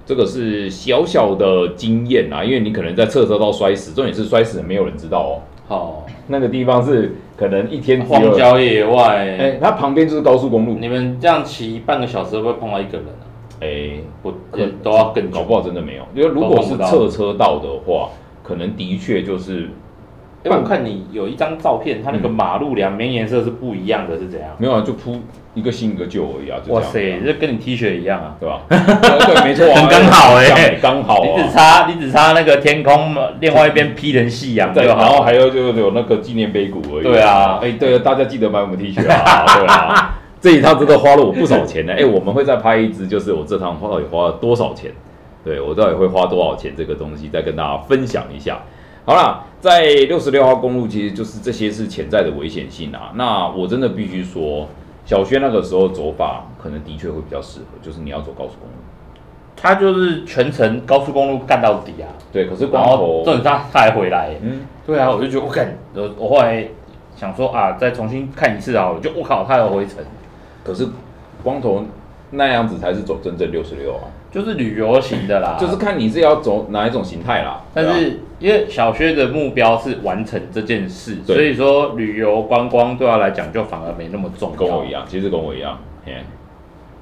这个是小小的经验啊，因为你可能在侧车道摔死，重点是摔死了没有人知道哦。
好，
那个地方是可能一天只
荒
有，
郊野外，
哎，它旁边就是高速公路，
你们这样骑半个小时会不会碰到一个人啊？
哎，
不，都要更
搞
久。
不好真的没有。因为如果是侧车道的话，可能的确就是
因为我看你有一张照片，它那个马路两边颜色是不一样的，是怎样？
没有啊，就铺一个新一个旧而已啊，就
哇
这样子啊。
塞，这跟你 T 恤一样啊！
对
<laughs>
吧？对，对没错、啊，
很刚好欸
刚刚好、
你只
啊。
差你只差那个天空，另外一边披成夕阳
对，
就
然后
好。
还有就是有那个纪念碑谷而已。
对啊
哎、对了，大家记得买我们 T 恤啊，
<laughs>
对啊。这一趟真的花了我不少钱呢、哎、我们会再拍一支，就是我这趟到底花了多少钱？对我到底会花多少钱这个东西，再跟大家分享一下。好啦，在六十六号公路，其实就是这些是潜在的危险性啊。那我真的必须说，小轩那个时候走法可能的确会比较适合，就是你要走高速公路。
他就是全程高速公路干到底啊，
对，可是
然
光
后
头，
重点是他他还回来耶。
嗯，
对啊，我就觉得我看我我后来想说啊，再重新看一次好了，就我靠，他有回程，
可是光头那样子才是走真正六十六啊，
就是旅游型的啦，
就是看你是要走哪一种形态啦。
啊但
对啊
是因为小薛的目标是完成这件事，
对
所以说旅游观光对他来讲就反而没那么重要。
跟我一样，其实跟我一样，嘿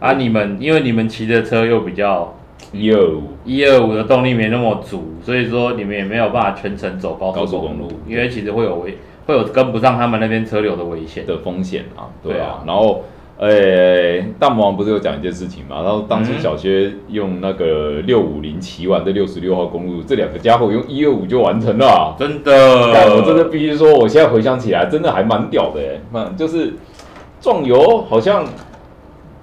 啊，你们因为你们骑的车又比较
，Yo，
一二五的动力没那么足，所以说你们也没有办法全程走高
高
速
速
公
公
路
路，
因为其实会有危会有跟不上他们那边车流的危险。
的风险啊，
对
对
啊
啊。然后，呃、大魔王不是有讲一件事情嘛？然后当初
嗯
小薛用那个六五零骑完这六十六号公路，这两个家伙用一二五就完成了啊、
真的
但，我真的必须说，我现在回想起来，真的还蛮屌的哎，
嗯
蛮就是壮游好像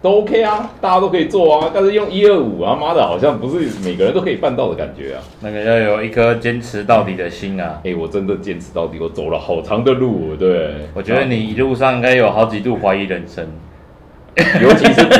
都 OK 啊，大家都可以做啊，但是用一二五啊，妈的，好像不是每个人都可以办到的感觉啊。
那个要有一颗坚持到底的心啊！
哎、我真的坚持到底，我走了好长的路，哦对，
我觉得你一路上应该有好几度怀疑人生。
啊尤其是补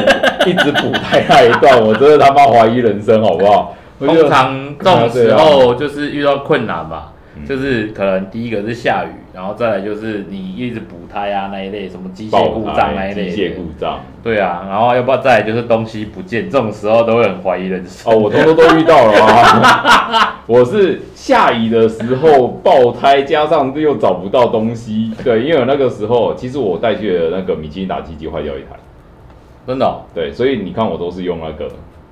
一直补胎那一段，我真的他妈怀疑人生，好不
<laughs>
好？我觉
通
得
常这种时候就是遇到困难嘛，
嗯
就是可能第一个是下雨，然后再来就是你一直补胎啊那一类，什么机械故障那一类
机
的，
械故障。
对啊，然后要不要再来就是东西不见，这种时候都会很怀疑人生。
哦，我通通都遇到了啊！
<laughs>
我是下雨的时候爆胎，加上又找不到东西。对，因为我那个时候其实我带去的那个米其林打气机坏掉一台，
真的哦、
对，所以你看我都是用那个，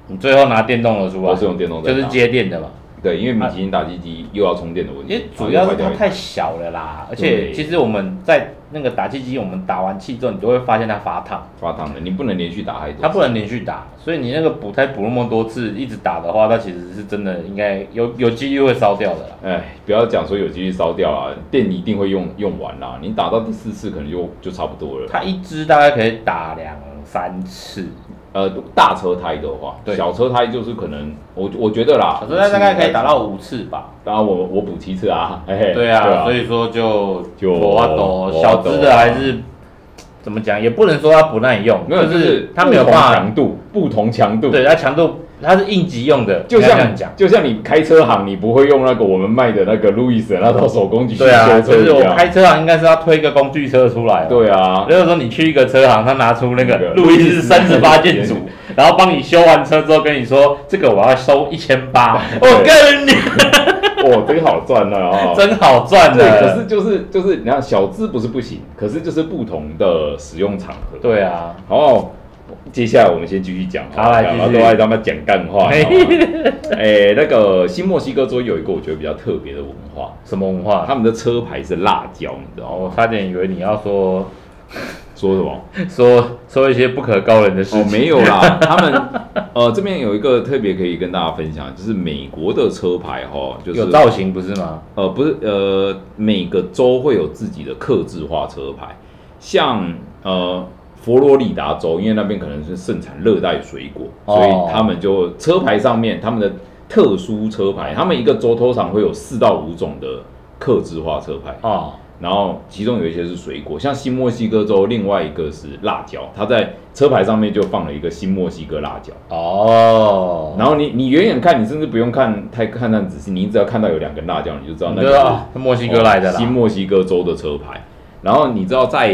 你最后拿电动的出
哦
来，
我是用电动在
就
打
是接电的嘛。啊
对，因为米其林打击机又要充电的问
因
题
为，主要
然
是
后
它
又坏掉一台
太小了啦，而且
对
其实我们在那个打气机，我们打完气之后，你都会发现它发烫，
发烫了，你不能连续打太多次，
它不能连续打，所以你那个补胎补那么多次，一直打的话，它其实是真的应该有有几率会烧掉的啦。
哎，不要讲说有机率烧掉啦，电一定会用用完啦。你打到第四次可能就就差不多了。
它一支大概可以打两三次，
呃，大车胎的话，
对
小车胎就是可能我我觉得啦，
小时候大概可以打
五
到五次吧。
次。当然我我补七次啊，嘿嘿
对啊，所以说就
就
我
我
抖
懂
小只的还是怎么讲，也不能说它不耐用，
没有
就
就是
是它没有
不
办
同
法
强度不同强度，
对，它强度，它是应急用的，
就
应该这
像
样讲。
就像你开车行，你不会用那个我们卖的那个路易斯那套手工具去
对啊，
修
就
车一
是我
样。
开车行啊应该是要推一个工具车出来。，
对
<laughs>
啊，
就是说你去一个车行，他拿出
那
那个
个
路易斯
路易
三
斯
十八件组，然后帮你修完车之后跟你说，这个我要收一千八，我跟你
哦，真好赚啊！哦
真好赚
对，可
的。
是就是就是，你看小资不是不行，可是就是不同的使用场合。
对啊，
哦，接下来我们先继续讲，
好来
讲
继
到
续
都爱他妈讲干
<laughs>
话。
嘿
好吗哎、那个新墨西哥州有一个我觉得比较特别的文化，
什么文化？
啊他们的车牌是辣椒，你知道
我
吗？
差点以为你要说
说什么？
说说一些不可告人的事
哦
情。，
没有
<laughs>
啦，他们呃这边有一个特别可以跟大家分享，就是美国的车牌哈、哦，就是
有造型不是吗？
呃，不是，呃，每个州会有自己的克制化车牌，像呃佛罗里达州，因为那边可能是盛产热带水果，
哦
所以他们就车牌上面他们的特殊车牌，他们一个州通常会有四到五种的克制化车牌，
哦，
然后其中有一些是水果，像新墨西哥州另外一个是辣椒，它在车牌上面就放了一个新墨西哥辣椒。
哦，
然后你你远远看，你甚至不用看太看得很仔细，你只要看到有两根辣椒，你就知道
你
那
知
个哦
道
是
啊是墨西哥来的啦
新。墨西哥州的车牌。然后你知道在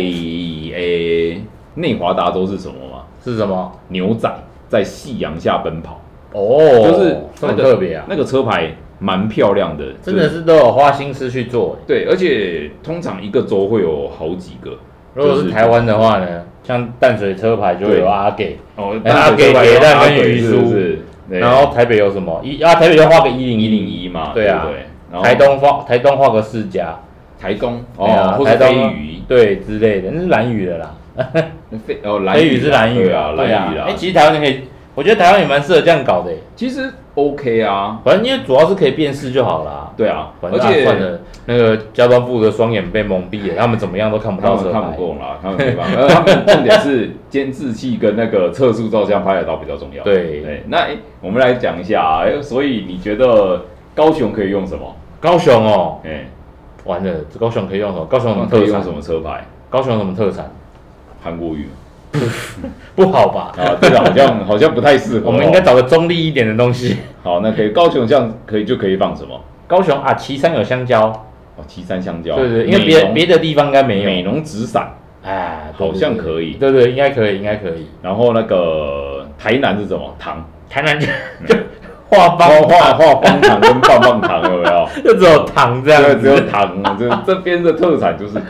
诶内华达州是什么吗？
是什么？
牛仔在夕阳下奔跑，
哦，
就是那
这么
个
特别啊！
那个车牌蛮漂亮的，
真的
就是
都有花心思去做欸。
对，而且通常一个州会有好几个。
如果是台湾的话呢，像淡水车牌就
对
有阿给，
哦
哎阿给给蛋跟鱼酥然
然后
后台北有什么一啊？台北要画个一零
一
一
零
零一，
一嘛，
对啊
不对，然后
台东画台东画个世家，
台东
哎呀
哦，或
台
者
东
飞鱼
对之类的，那是蓝屿的啦，
飞哦蓝
飞鱼是蓝屿
对啊，
对
蓝
啊
鱼。
哎，
啦，
其实台湾也可以，我觉得台湾也蛮适合这样搞的欸，
其实 OK 啊，
反正因为主要是可以辨识就好啦。
对啊，
反
而
正啊
且
算了，那个交通部的双眼被蒙蔽了，他们怎么样都看不
他
到
们
车
看
牌
不。够
<laughs>
啦，他们没办法。呃，他们重点是监视器跟那个测速照相拍得到比较重要。
对
对，那诶我们来讲一下啊，诶所以你觉得高雄可以用什么？
高雄哦，
哎，
完了，这高雄可以用什么？高雄有什么
可
特
以用
产
什？么车牌？
高雄有什么特产？
韩国语
不好吧？
啊，这个好像好像不太适合哦。
<laughs> 我们应该找个中立一点的东西。
好，那可以高雄这样可以就可以放什么？
高雄啊，旗山有香蕉，
哦，岐山香蕉。
对对，因为别别
的
的地方应该没
美
有。
浓纸伞，
哎，对
好像可以
对对对，应该可以，应该可以。
然后那个台南是什么糖？
台南就就画
画
方
画画方糖跟棒棒糖 <laughs> 有没有？
就只有糖这
对，
样
只有
子，
糖，这这边的特产就是糖。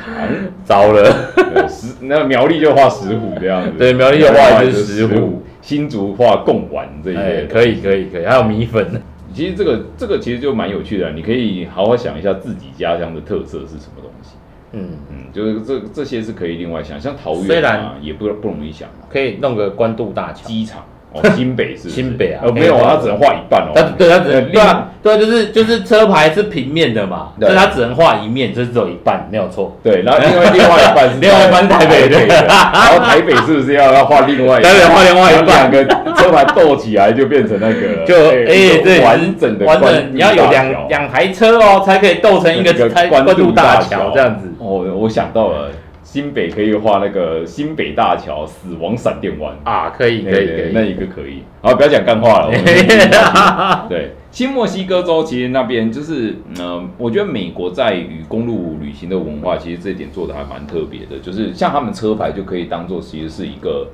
糟了。
对石那苗栗就画石虎这样子，
对苗栗就画一只石虎，
新竹画贡丸这一
哎，
类的。
可以可以可以，还有米粉，
其实这个这个其实就蛮有趣的，你可以好好想一下自己家乡的特色是什么东西。
嗯，
嗯，就是这这些是可以另外想，像桃
虽
园啊
然
也不不容易想啊，
可以弄个关渡大桥。
机场
<laughs>
哦新北是不是
新北啊
呃没有
哎
啊，它只能画一半
它
哦。
对它只
呃
能对啊对啊，就是就是车牌是平面的嘛，
对
所以它只能画一面，就是只有一半，没有错。
对，然后另外另外一半是
<laughs> 另外一半是台北的
的，然后台北是不是要要画另外一
台
半？
北画另外一半
然后两个车牌斗起来就变成那个，
<laughs> 就
哎一
哎，
个
对，
完整的
完
关渡
整，你要有
大
两
桥
两台车哦，才可以斗成一
那
个台关渡大桥这样子。
哦，我想到了，新北可以画那个新北大桥死亡闪电湾，
啊，可以可
对
以可
对
以，
那一个可以。好，不要讲干话了。我们
<laughs>
对，新墨西哥州其实那边就是，嗯、我觉得美国在于公路旅行的文化，其实这一点做的还蛮特别的，就是像他们车牌就可以当做其实是一个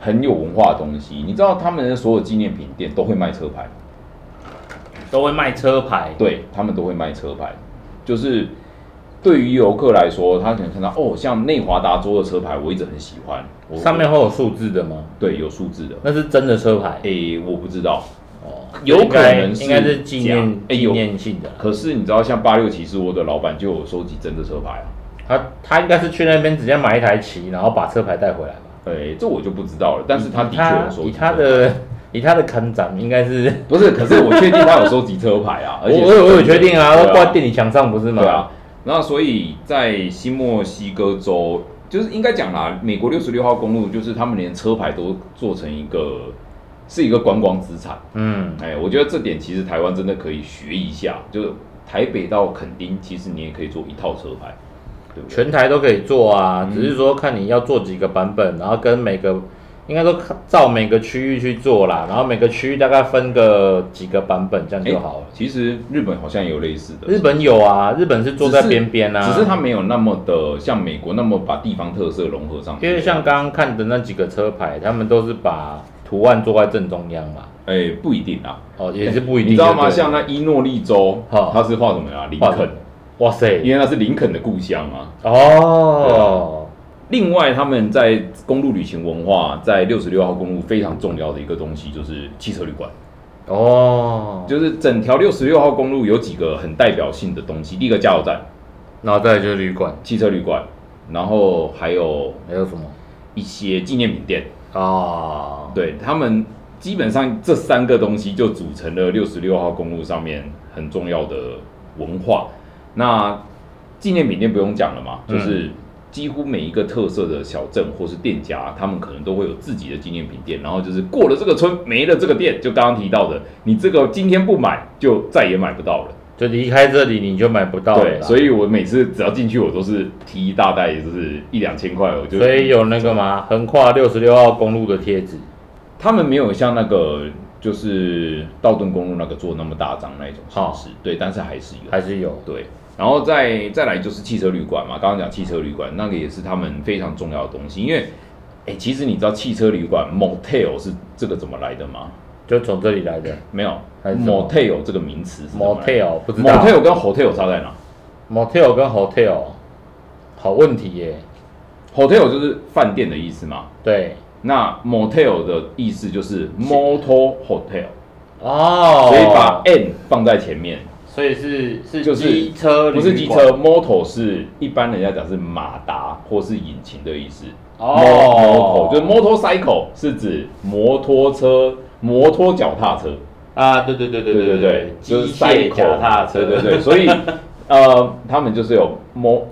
很有文化的东西。你知道他们的所有纪念品店都会卖车牌吗
都会卖车牌。
对他们都会卖车牌，就是对于游客来说，他可能看到哦，像内华达州的车牌，我一直很喜欢，我
上面会有数字的吗？
对有数字的，
那是真的车牌
诶、我不知道，
哦，
有可能是
应该是纪
这样
念
哎
纪
有
念性的啦。
可是你知道，像八六骑士窝的老板就有收集真的车牌啊。
他他应该是去那边直接买一台旗，然后把车牌带回来吧。
哎、这我就不知道了。但是他的确有收集
以
车
他
牌
的以他的坑长应该是，
不是，可是我确定他有收集车牌
<laughs>
啊，
我
而且
我有我有确定啊，
对
都挂店里墙上不是吗？
对啊，那所以在新墨西哥州，就是应该讲啦，美国六十六号公路，就是他们连车牌都做成一个是一个观光资产。
嗯，
哎，我觉得这点其实台湾真的可以学一下，就是台北到垦丁，其实你也可以做一套车牌，对不对？
全台都可以做啊，
嗯
只是说看你要做几个版本，然后跟每个应该说照每个区域去做啦，然后每个区域大概分个几个版本，这样就好了。
其实日本好像也有类似的，
日本有啊，日本是坐在边边啊，
只是它没有那么的像美国那么把地方特色融合上去。
因为像刚刚看的那几个车牌，他们都是把图案做在正中央嘛，
哎不一定啊，
哦，也是不一定，
你知道吗？
对不对
像那伊诺利州，
好
它是画什么呀？林
画什
肯
么，哇塞，
因为它是林肯的故乡啊。
哦，
另外，他们在公路旅行文化，在六十六号公路非常重要的一个东西就是汽车旅馆，
哦，
就是整条六十六号公路有几个很代表性的东西，第一个加油站、
然后再来就是旅馆，
汽车旅馆，然后还有
还有什么
一些纪念品店，
啊？
对他们基本上这三个东西就组成了六十六号公路上面很重要的文化。那纪念品店不用讲了嘛，
嗯
就是几乎每一个特色的小镇或是店家，他们可能都会有自己的纪念品店。然后就是过了这个村没了这个店，就刚刚提到的，你这个今天不买就再也买不到了。
就离开这里你就买不到了
对，
啦，
所
以
以我每次只要进去，我都是提一大袋，就是一两千块，我就
所以有那个嘛，横跨六十六号公路的贴纸，
他们没有像那个就是道顿公路那个做那么大张那一种形式，对，但是还是有，
还是有
对。然后再再来就是汽车旅馆嘛，刚刚讲汽车旅馆那个也是他们非常重要的东西，因为，哎，其实你知道汽车旅馆 motel 是这个怎么来的吗？
就从这里来的
没有
还是什么
，motel 这个名词是怎么来的
motel，不知道
motel 跟 hotel 差在哪
motel 跟 hotel，好问题耶，
？hotel 就是饭店的意思嘛，
对，
那 motel 的意思就是 motor hotel，
哦，
所以把 n 放在前面，
所以是是
就是
机车旅馆，
不是机车，motor 是一般人家讲是马达或是引擎的意思。
哦
Motor 就是 motorcycle 是指摩托车、摩托脚踏车。
啊，对对对对对
就
机
是
械
cycle
脚踏车，
对对对，
<laughs>
所以呃，他们就是有 mo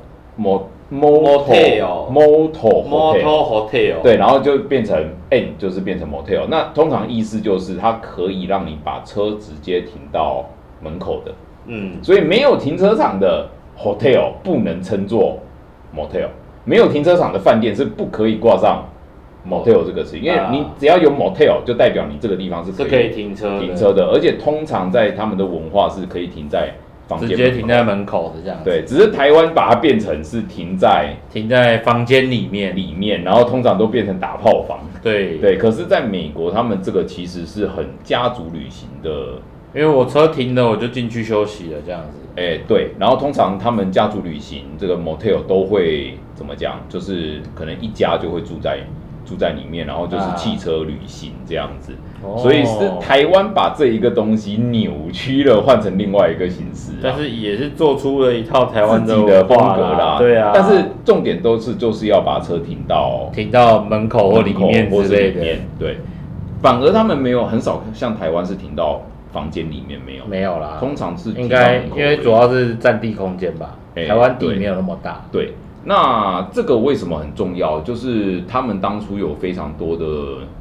mo motor
Motel
<laughs>
motor
，motor
hotel
hotel，
对，然后就变成 n 就是变成 motel。那通常意思就是它可以让你把车直接停到门口的。
嗯，
所以没有停车场的 hotel 不能称作 motel，没有停车场的饭店是不可以挂上 motel 这个词，因为
啊
你只要有 motel 就代表你这个地方是
是
可
可以
以
停车的
停车的，而且通常在他们的文化是可以停在房间
直
门口，
接停在门口的这样子，
对，只是台湾把它变成是停在
停在房间里面，
里面，然后通常都变成打炮房。
对，
对，可是在美国，他们这个其实是很家族旅行的
因为我车停了我就进去休息了这样子，
哎、对，然后通常他们家族旅行，这个 motel 都会怎么讲？就是可能一家就会住在住在里面，然后就是
啊
汽车旅行这样子。
哦
所以是台湾把这一个东西扭曲了，换成另外一个形式、啊
但是也是做出了一套台湾
自己的风
文化
格啦，
对啊。
但是重点都是就是要把车停到
停到门口或里面
或
之
是
类
里
的，
面，对。反而他们没有很少像台湾是停到房间里面没有，
没有啦。
通常是
啊应该
停到门口
因
而
为
已
主要是占地空间吧，
哎
台湾地
对
没有那么大。
对，那这个为什么很重要？就是他们当初有非常多的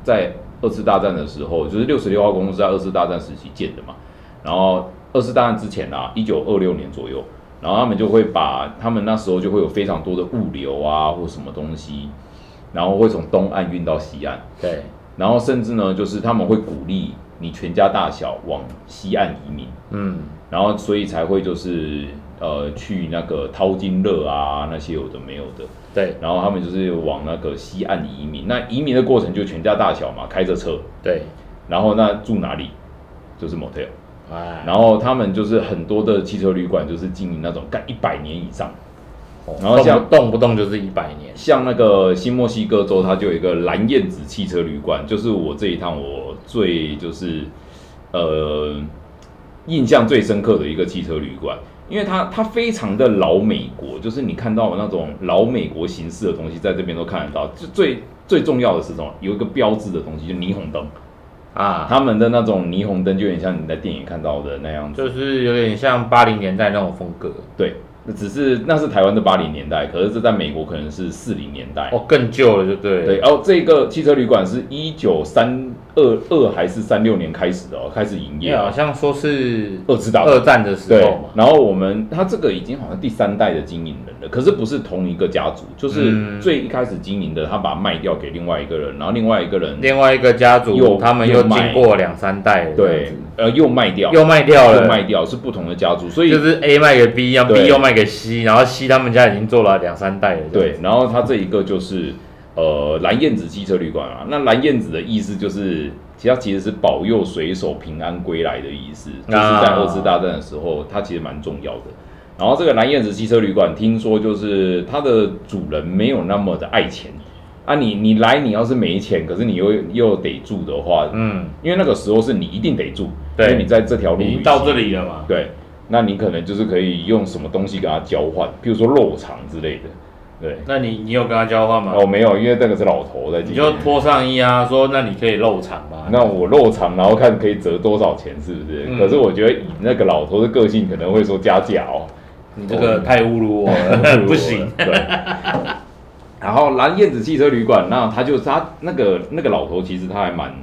在二次大战的时候，就是六十六号公路是在二次大战时期建的嘛。然后二次大战之前啊，一九二六年左右，然后他们就会把他们那时候就会有非常多的物流啊或什么东西，然后会从东岸运到西岸，
对，
然后甚至呢就是他们会鼓励你全家大小往西岸移民。
嗯，
然后所以才会就是呃去那个淘金乐啊那些有的没有的，
对
然后他们就是往那个西岸移民。那移民的过程就全家大小嘛，开着车，
对，
然后那住哪里就是 motel，
哎，
然后他们就是很多的汽车旅馆就是经营那种干一百年以上，
哦
然后
动
像
不动不动就是一百年，
像那个新墨西哥州，它就有一个蓝燕子汽车旅馆，就是我这一趟我最就是。呃印象最深刻的一个汽车旅馆，因为它它非常的老美国，就是你看到那种老美国形式的东西，在这边都看得到。就最最重要的是什么？有一个标志的东西，就霓虹灯。
啊，
他们的那种霓虹灯就有点像你在电影看到的那样子，
就是有点像八零年代那种风格，
对，那只是那是台湾的八零年代，可是这在美国可能是四零年代。
哦，更旧了，就对了。
对，然后这个汽车旅馆是一九三二二还是三六年开始的哦，开始营
因
业
为好
哦，
像说是
二次大战
二战的啊时
对
候嘛，，
然后我们他这个已经好像第三代的经营人了，可是不是同一个家族，就是
嗯
最一开始经营的，他把它卖掉给另外一个人，然后另外一个人
另外一个家族
又
他们又
又卖
经过两三代了，这
对
样子，
呃又卖掉，
又卖掉
又
了，
卖掉是不同的家族，所以
就是 A 卖给 B，然后
对
B 又卖给 C，然后 C 他们家已经做了两三代了，这样
对
子，，
然后它这一个就是呃蓝燕子汽车旅馆啊，那蓝燕子的意思就是，其实它其实是保佑水手平安归来的意思，就是在
啊
二次大战的时候，它其实蛮重要的。然后这个蓝燕子汽车旅馆，听说就是它的主人没有那么的爱钱啊你，你来你要是没钱，可是你又又得住的话，
嗯，
因为那个时候是你一定得住，
对
因为你在这条路
你已
旅
经到
行
这里了嘛？
对，那你可能就是可以用什么东西跟它交换，譬如说肉肠之类的，对。
那你你有跟他交换吗？
哦，没有，因为那个是老头在
你
经
就
营。
脱上衣啊，说那你可以露场吗？
那我肉长，然后看可以折多少钱，是不是？
嗯
可是我觉得以那个老头的个性，可能会说加价哦，
你这个太侮辱我了，不行。。 <laughs>
对。然后蓝燕子汽车旅馆，那他就他那个那个老头，其实他还蛮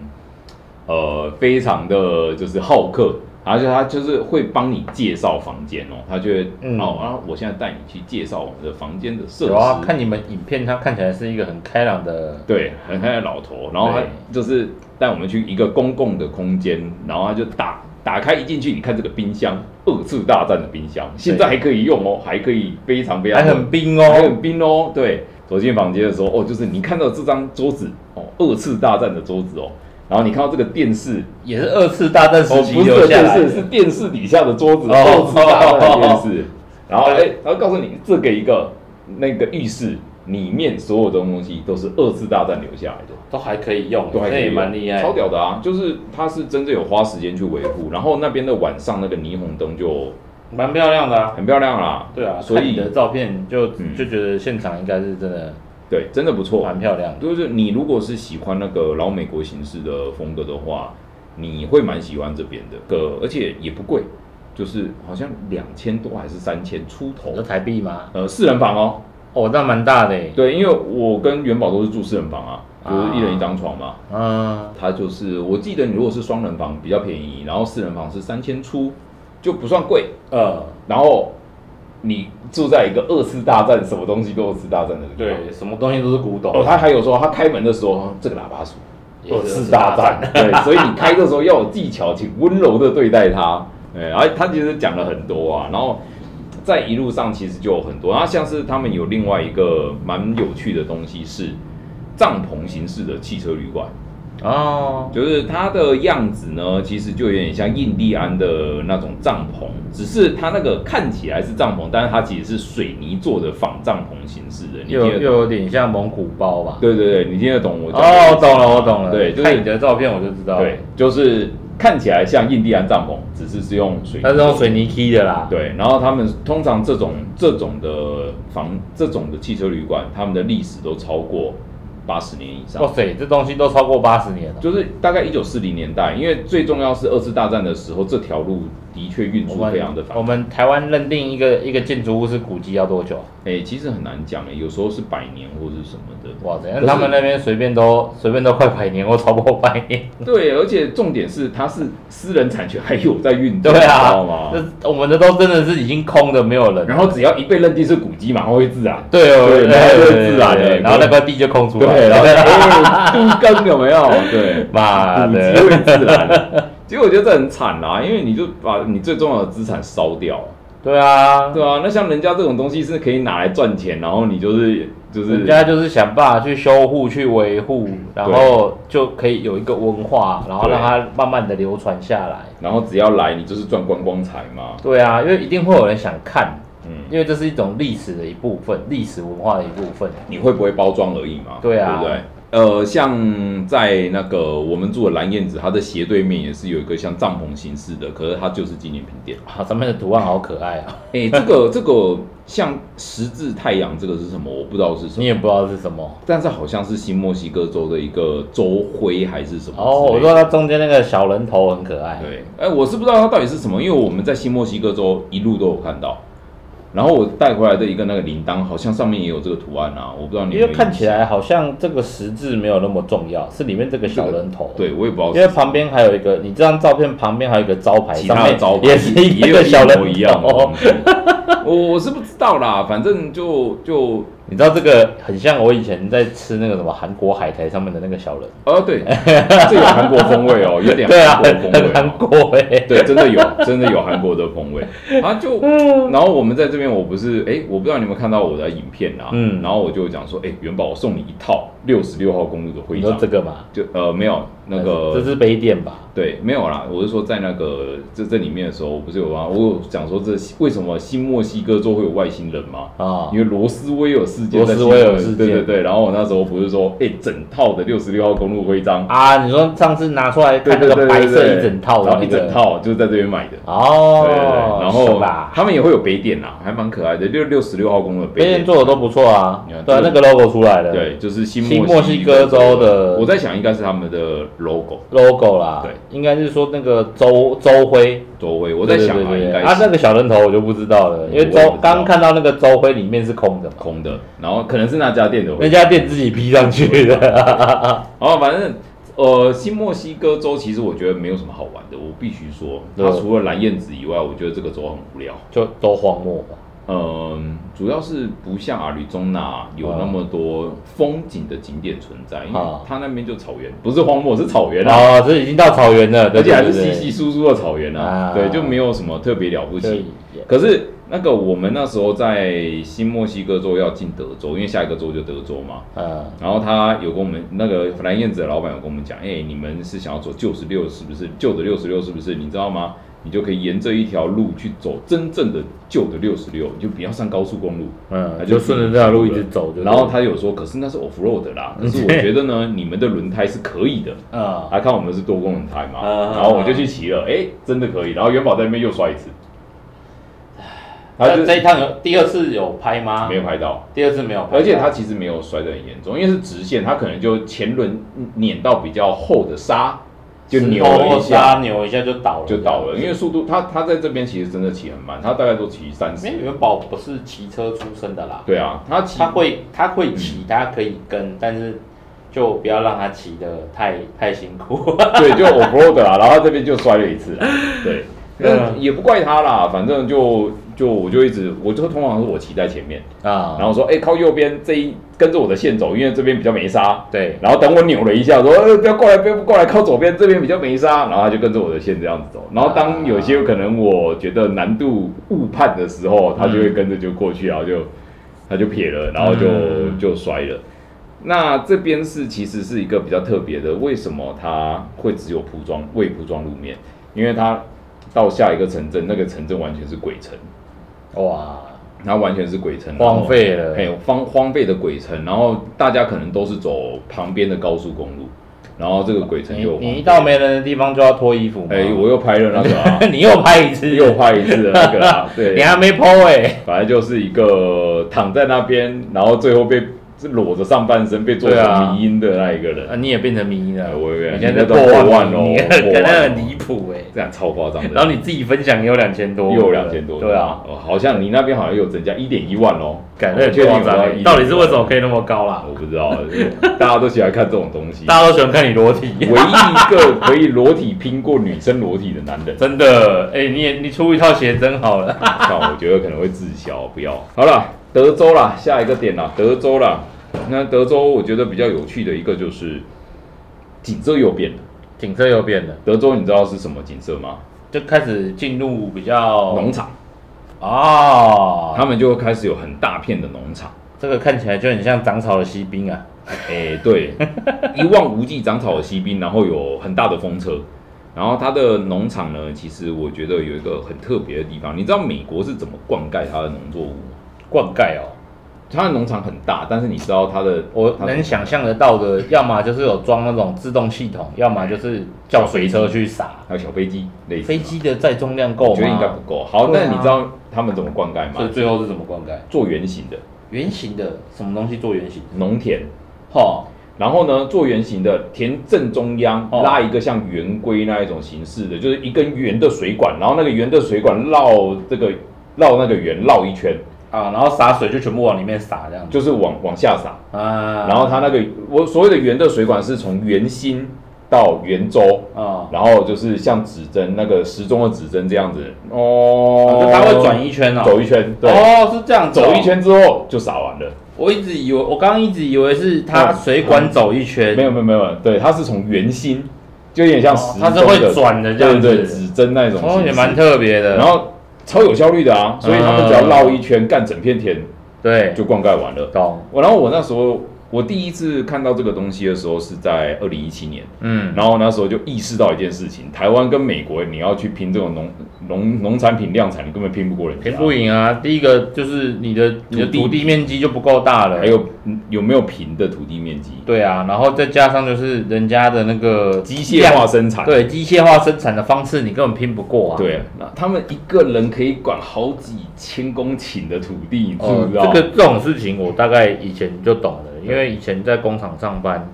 呃非常的就是好客，而且他就是会帮你介绍房间哦，他就会、
嗯
哦啊，我现在带你去介绍我们的房间的设施。
有啊，看你们影片，他看起来是一个很开朗的，
对，很开的老头，然后他
对
就是带我们去一个公共的空间，然后他就打打开一进去，你看这个冰箱，二次大战的冰箱，现在还可以用哦，还可以非常非常
还很冰
还
哦，
很冰哦。对，走进房间的时候，哦，就是你看到这张桌子哦，二次大战的桌子哦，然后你看到这个电视。
也是二次大战
哦，
时期
不是这
留
个
下
电
来
视，是
的。
电视底下的桌子，
哦
二次大战的电
哦
视。然后哎、然后告诉你，这个一个那个浴室里面所有的东西都是二次大战留下来的。
都还可以用，
对，
这也蛮厉害
超
的。
屌的啊！就是他是真正有花时间去维护，然后那边的晚上那个霓虹灯就
蛮漂亮的啊。
很漂亮啦，
对啊，
所
看你
以
的照片就
嗯
就觉得现场应该是真的
对，真的不错。
蛮漂亮的。
就是你如果是喜欢那个老美国形式的风格的话，你会蛮喜欢这边的，个而且也不贵，就是好像两千多还是三千出头
有，台币吗？
呃，四人房哦，
哦，那蛮大的耶。
对，因为我跟元宝都是住四人房啊，就是一人一张床嘛，
嗯，
它就是我记得你如果是双人房比较便宜，然后四人房是三千出，就不算贵。
呃，
然后你住在一个二次大战什么东西都二次大战的地方。
对，什么东西都是古董。
哦，他还有说他开门的时候，这个喇叭鼠
也
二
是
次大战，对，所以你开的时候要有技巧，请温柔的对待它。对，而他其实讲了很多啊，然后在一路上其实就有很多，那像是他们有另外一个蛮有趣的东西是帐篷形式的汽车旅馆。
哦，
就是它的样子呢，其实就有点像印第安的那种帐篷，只是它那个看起来是帐篷，但是它其实是水泥做的仿帐篷形式的。你
又
听得
又有点像蒙古包吧？
对对对，你听得懂我讲的意
哦，
思
我懂了，我懂了。
对就是
看你的照片我就知道了
对，，就是看起来像印第安帐篷，只是是用水泥。
它是用水。泥砌的啦。
对，然后他们通常这种这种的房、这种的汽车旅馆，他们的历史都超过八十年以上
哇。塞，这东西都超过八十年了。
就是大概一九四零年代，因为最重要是二次大战的时候，这条路的确运
我
输非常的
们
繁
我们台湾认定一个一个建筑物是古迹要多久啊？
哎、其实很难讲哎、有时候是百年或是什么的。
哇塞，
是
那他们那边随便都随便都快百年或超过百年。
对，而且重点是它是私人产权还有在运作，
对
你知道
啊，
吗？
这我们的都真的是已经空的没有人了。
然后只要一被认定是古迹，马上会自然。
对哦，
对
对
然后就
对
会
对
自然
对
欸
然后那块地就空出来
<laughs> 对，啊
了。
然后哦，都更有没有？对，啊
<laughs> 妈
古
的
迹，会自 <laughs> 然。其实我觉得这很惨啦，因为你就把你最重要的资产烧掉啊。
对啊，
对啊，那像人家这种东西是可以拿来赚钱，然后你就是就是
人家就是想办法去修护、去维护，
嗯
然后就可以有一个文化，然后
对
让它慢慢的流传下来。
然后只要来，你就是赚观光财嘛。
对啊，因为一定会有人想看，
嗯，
因为这是一种历史的一部分，历史文化的一部分。
你会不会包装而已嘛？
对啊
对不对？呃，像在那个我们住的蓝燕子，它的斜对面也是有一个像帐篷形式的，可是它就是纪念品店。
啊，上面的图案好可爱啊！
哎、 <laughs> 这个这个像十字太阳，这个是什么？我不知道是什
你
么，
也不知道是什么
但是好像是新墨西哥州的一个州徽还是什么
哦。
之
我
类的
说它中间那个小人头很可爱，
对，哎、我是不知道它到底是什么，因为我们在新墨西哥州一路都有看到。然后我带回来的一个那个铃铛，好像上面也有这个图案啊，我不知道你有没
因
有
为看
印
起
象
来好像这个实质没有那么重要，是里面这个小人头。
对，我也不知道是
因为旁边还有一个，你这张照片旁边还有一个招牌，
其
上
他的
面
招牌
也是一
也
个
有
小
一
人
模一样哦的
头
东。西。我我是不知道啦，反正就就
你知道这个很像我以前在吃那个什么韩国海苔上面的那个小人，
哦，
<laughs>
对，这有韩国风味哦，有点
对啊，
韩国风味、
很很
哦。
韩国哎，
对，真的有，真的有韩国的风味啊！就，然后我们在这边，我不是，哎，我不知道你有没有看到我的影片啊，
嗯
然后我就讲说，哎，元宝，我送你一套六十六号公路的徽
你说
章
这，个嘛？
就呃没有那
这
个，
是杯垫吧？
对，没有啦，我是说在那个这这里面的时候，我不是有啊，我有讲说这为什么新墨西哥州会有外星人吗？
啊
因，为罗斯威尔事件在新
罗斯
闻，
威尔事件
对对对。然后我那时候不是说，哎、整套的六十六号公路徽章，
啊，你说上次拿出来
对
看
对
那
对
个
对，
白色
对
一整套的
然后
那
哦一整
个，
套就是在这边买的。
哦
对对对，，然
是
后
吧，
他们也会有杯垫啦，还蛮可爱的，六六十六号公路的
杯
杯
垫
垫。
做的都不错啊
你看，
对啊，
这
那
个
个 logo 出来了，
对，就是新
新
墨
墨
西
西
哥
哥州的
我在想应该是他们的 logo
，logo 啦，
对，
应该是说那个周周徽。
周围，我在想啊，
对对对
应
对
该
啊，那
是
个小人头我就不知道了，因
我
为
也不
周
知道
刚看到那个周徽里面是空的嘛，
空的，然后可能是那家店的徽章
那家店自己 P 上去的。
哦，反
哎
正呃，新墨西哥州其实我觉得没有什么好玩的，我必须说，它
对
除了蓝燕子以外，我觉得这个州很无聊。
就都荒漠吧。
嗯，主要是不像阿里中那有那么多风景的景点存在，因为
啊
它那边就草原，不是荒漠，是草原啊，
哦，这已经到草原了，对
<laughs> 而且还是
对对
稀稀疏疏的草原啊，
啊
对，就没有什么特别了不
对
起。可是那个我们那时候在新墨西哥州要进德州，因为下一个州就德州嘛，
嗯，
然后他有跟我们那个蓝燕子的老板有跟我们讲，哎、你们是想要走旧十六是不是？旧的六十六是不是？你知道吗？你就可以沿着一条路去走真正的旧的六十六，你就不要上高速公路。
嗯，就顺着这条路一直走就对了。
然后他有说，可是那是 off road 啦，可是我觉得呢，你们的轮胎是可以的。
嗯，
他看我们是多功能胎嘛，
嗯
然后我就去骑了，哎、真的可以。然后元宝在那边又摔一次，他就
那这一趟有第二次有拍吗？
没有，拍到。
第二次没有拍到。
而且它其实没有摔得很严重，因为是直线，它可能就前轮碾到比较厚的沙，就扭了一
下，
下
扭一下就倒了，
就倒了。因为速度，它它在这边其实真的骑很慢，它大概都骑三
因为
十。
元宝不是骑车出身的啦，
对啊，它骑
他会他会骑，他可以跟，但是就不要让他骑的太太辛苦。
对就 off road 啦，然后它这边就摔了一次啦，对。那
嗯
也不怪他啦，反正就就我就一直，我就通常是我骑在前面，
<laughs>
啊，
然后说，哎、靠右边这一跟着我的线走，因为这边比较没沙，
对，
然后等我扭了一下，说、呃、不要过来，不要过来，靠左边这边比较没沙，然后他就跟着我的线这样子走。然后当有些可能我觉得难度误判的时候，他就会跟着就过去，然后就他就撇了，然后就、
嗯
就摔了。那这边是其实是一个比较特别的，为什么它会只有铺装未铺装路面？因为它到下一个城镇，那个城镇完全是鬼城，
哇，
它完全是鬼城，然后
荒废了，
哎，荒荒废的鬼城，然后大家可能都是走旁边的高速公路，然后这个鬼城
你
又
你一到没人的地方就要脱衣服吗？
哎、我又拍了那个、
<laughs>
啊，
你又拍一次，
又拍一次的那个、
<laughs>
啊，对，
你还没剖哎，
反正就是一个躺在那边，然后最后被裸着上半身被做
对啊
成迷因的那一个人，
啊，你也变成迷
哎
了，
我也
啊你现在在
都
破
万
万
哦
迷因，
破万
可能
哦
很离谱哎。
这样超夸
<laughs>
张的。
然后你自己分享也有两千多，
又有两千多，
哦对啊，
哦，好像你那边好像有增加一点一万哦，
感
我
觉
确定
很夸
有啊
张
到1.1
欸，到底是为什么可以那么高啦
我？不知
<laughs>
道，大家都喜欢看这种东西，
大家都喜欢看你裸体，
<laughs> 唯一一个可以裸体拼过女生裸体的男人，
真的，哎、你也你出一套鞋真好了。
看哦我觉得可能会滞销，不要。好了，德州啦，下一个点啦，德州啦。那德州我觉得比较有趣的一个就是景色又变了。
景色又变了，
德州你知道是什么景色吗？
就开始进入比较
农场，
哦，
他们就开始有很大片的农场。
这个看起来就很像长草的锡兵啊，
哎、对，一望无际长草的西滨，然后有很大的风车，然后它的农场呢，其实我觉得有一个很特别的地方。你知道美国是怎么灌溉它的农作物吗？
灌溉哦，
它的农场很大，但是你知道它的哦
我
它的
能想象得到的，要么就是有装那种自动系统，要么就是叫水车去撒。
还有小飞机类似吗哦
飞机的载重量够
我觉得应该
吗
不？够。好，
对
那
啊
你知道他们怎么灌溉
所以
吗？
最后是怎么灌溉？
做圆形的
圆形的什么东西做圆形？
农田，
哈，
然后呢，做圆形的田正中央
哦
拉一个像圆规那一种形式的，就是一根圆的水管，然后那个圆的水管绕这个绕那个圆绕一圈，
啊，然后洒水就全部往里面洒这样子
就是往往下撒。
啊。
然后它那个我所谓的圆的水管是从圆心到圆周，
啊，
然后就是像指针那个时钟的指针这样子
哦
哦
就，它会转
一
一圈哦。
走一圈，对，
哦，是这样子哦
走一。圈之后就撒完了。
我一直以为，我刚刚一直以为是它
嗯
水管走一圈，
没有没有没有，对，它是从圆心，就有点像
哦
时
它是
钟
会转的这样
对对，
子。
指针那种形
哦，
式
也蛮特别的。
然后超有效率的啊，所以他们只要绕一圈，干整片田
对，
就灌溉完了。
懂，
我然后我那时候我第一次看到这个东西的时候是在二零一七年，
嗯，
然后那时候就意识到一件事情，台湾跟美国你要去拼这种农农农产品量产，你根本拼不过人家。
平不赢啊。第一个就是你的你的
土地
土地面积就不够大了，哎
还有嗯有没有平的土地面积？
对啊，然后再加上就是人家的那个
机械化
量
生产，
对机械化生产的方式，你根本拼不过啊。
对，那他们一个人可以管好几千公顷的土地，你知
哦
不，知道？
这个这种事情我大概以前就懂了，因为以前在工厂上班，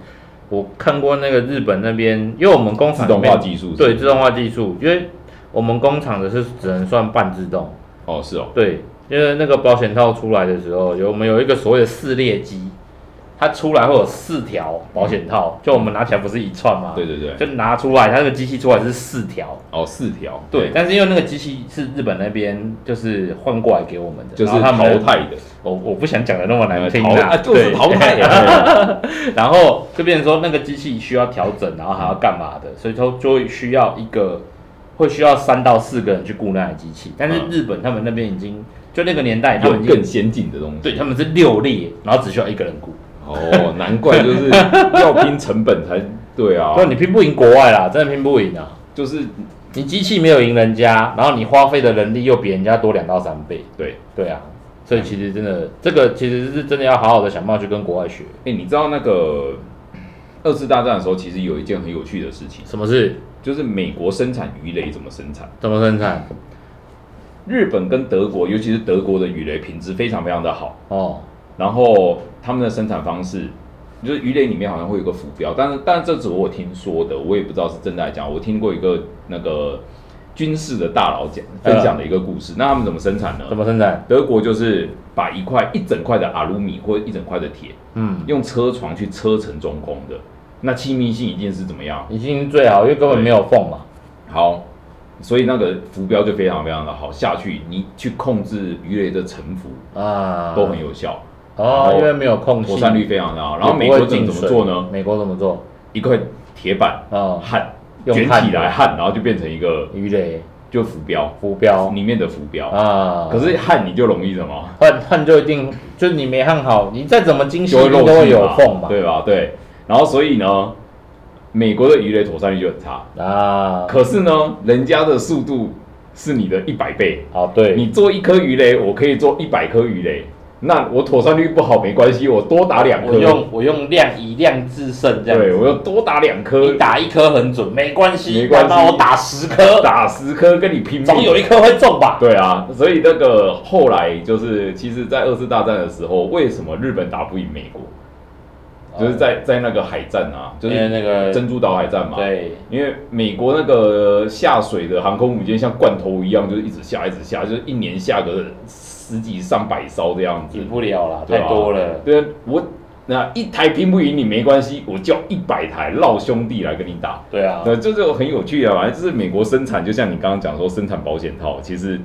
我看过那个日本那边，因为我们工厂
自
里面
动化技术是
对自动化技术，因为我们工厂的是只能算半自动，
哦，是哦，
对，因为那个保险套出来的时候，有我们有一个所谓的四列机，它出来会有四条保险套，就我们拿起来不是一串吗？
对对对，
就拿出来，它那个机器出来是四条。
哦，四条，
对，，但是因为那个机器是日本那边就是换过来给我们的，
就是
然后他
淘
们
汰的，
我我不想讲的那么难听
淘
啦，
啊，就是
对
淘汰。啊的，
<laughs> 然后就变成说那个机器需要调整，然后还要干嘛的，所以说就会需要一个会需要三到四个人去雇那台机器。但是
嗯
日本他们那边已经就那个年代，他
有
们已经
更先进的东西。
对他们是六列，然后只需要一个人雇。
哦，难怪就是
<laughs>
要拼成本才对啊
不，然你拼不赢国外啦，真的拼不赢啊！
就是
你机器没有赢人家，然后你花费的人力又比人家多两到三倍，
对。
对啊，所以其实真的这个其实是真的要好好的想办法去跟国外学。
哎，你知道那个二次大战的时候，其实有一件很有趣的事情，
什么是
就是美国生产鱼雷怎么生产。
怎么生产？
日本跟德国，尤其是德国的鱼雷品质非常非常的好，
哦，
然后他们的生产方式，就是鱼雷里面好像会有个浮标，但是但这只是我听说的，我也不知道是真的还是假的。我听过一个那个军事的大佬讲分享的一个故事，那他们怎么生产呢？
怎么生产？
德国就是把一块一整块的阿鲁米或一整块的铁，
嗯，
用车床去车成中空的，那亲密性一定是怎么样？
已经最好，因为根本没有缝嘛。
好，所以那个浮标就非常非常的好，下去你去控制鱼雷的沉浮
啊，
都很有效，
哦，因为没有空隙，
妥善率非常的好。然后美
也
国
不会
怎
进
么
水
做呢？
美国怎么做？
一块铁板
哦，
焊
用
卷
焊
起
的
来焊，然后就变成一个
鱼雷、
就浮标
浮标
里面的浮标。
哦啊，
可是焊你就容易什么？
焊焊就一定，就是你没焊好，你再怎么精细，
就会
一定
漏
都会
气
有缝嘛。
对吧？对。然后所以呢，美国的鱼雷妥善率就很差。
啊，
可是呢，人家的速度是你的一百倍。
好对，
你做一颗鱼雷，我可以做一百颗鱼雷。那我妥善率不好没关系，我多打两颗
我。用我用量以量制胜这样
对，
子。
我要多打两颗
你，打一颗很准，没关系，
没关系
那我打十颗，
打十颗跟你拼命。
总有一颗会中吧？
对啊，所以那个后来就是，其实，在二次大战的时候，为什么日本打不赢美国？就是在在那个海战啊，就
因为
是
哦哎那个
珍珠岛海战嘛。，
对，
因为美国那个下水的航空母舰像罐头一样，就是一直下，一直下，就是一年下个十几上百艘这样子
赢。不了啦，
对
太
啊
多了。
对啊，我那一台拼不赢你没关系，我叫一百台老兄弟来跟你打。
对啊，
呃，这就很有趣啊，反正就是美国生产，就像你刚刚讲说，生产保险套其实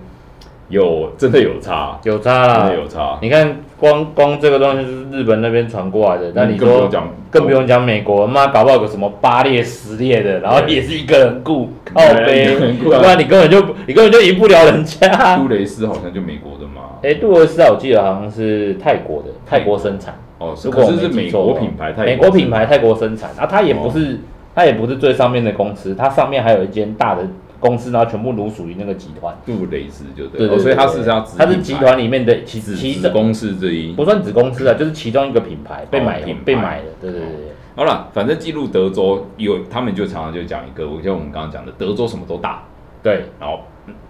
有真的有差，
有差
真
啦
的。有差。
你看，光光这个东西就是日本那边传过来的，那你
更不用
说
讲，哦
更不用讲美国，妈搞不好有什么八列、十列的，然后
对
也是一个人雇靠
一
背
个人，雇
不
啊
然你根本就你根本就赢不了人
<laughs>
家。
杜蕾斯好像就美国的嘛。
哎、杜尔斯啊我记得好像是泰国的，泰国生产。
哦，是
如果
可
我
是是
没
美
记错的
国
话
品牌，泰
美
国哦
国品牌泰国生产啊，它也不是、它也不是最上面的公司，它上面还有一间大的公司，然后全部隶属于那个集团。
杜蕾斯就对
对
了，
对
哦，所以
对
它
对
是它子
它是
品
集
牌
团里面的其
子
其
子
中
公司之一。
不算子公司啊，就是其中一个品牌被买
哦品牌
被买的，对对对对。
好了，反正记录德州有他们就常常就讲一个，我像我们刚刚讲的，德州什么都大，
对，
然后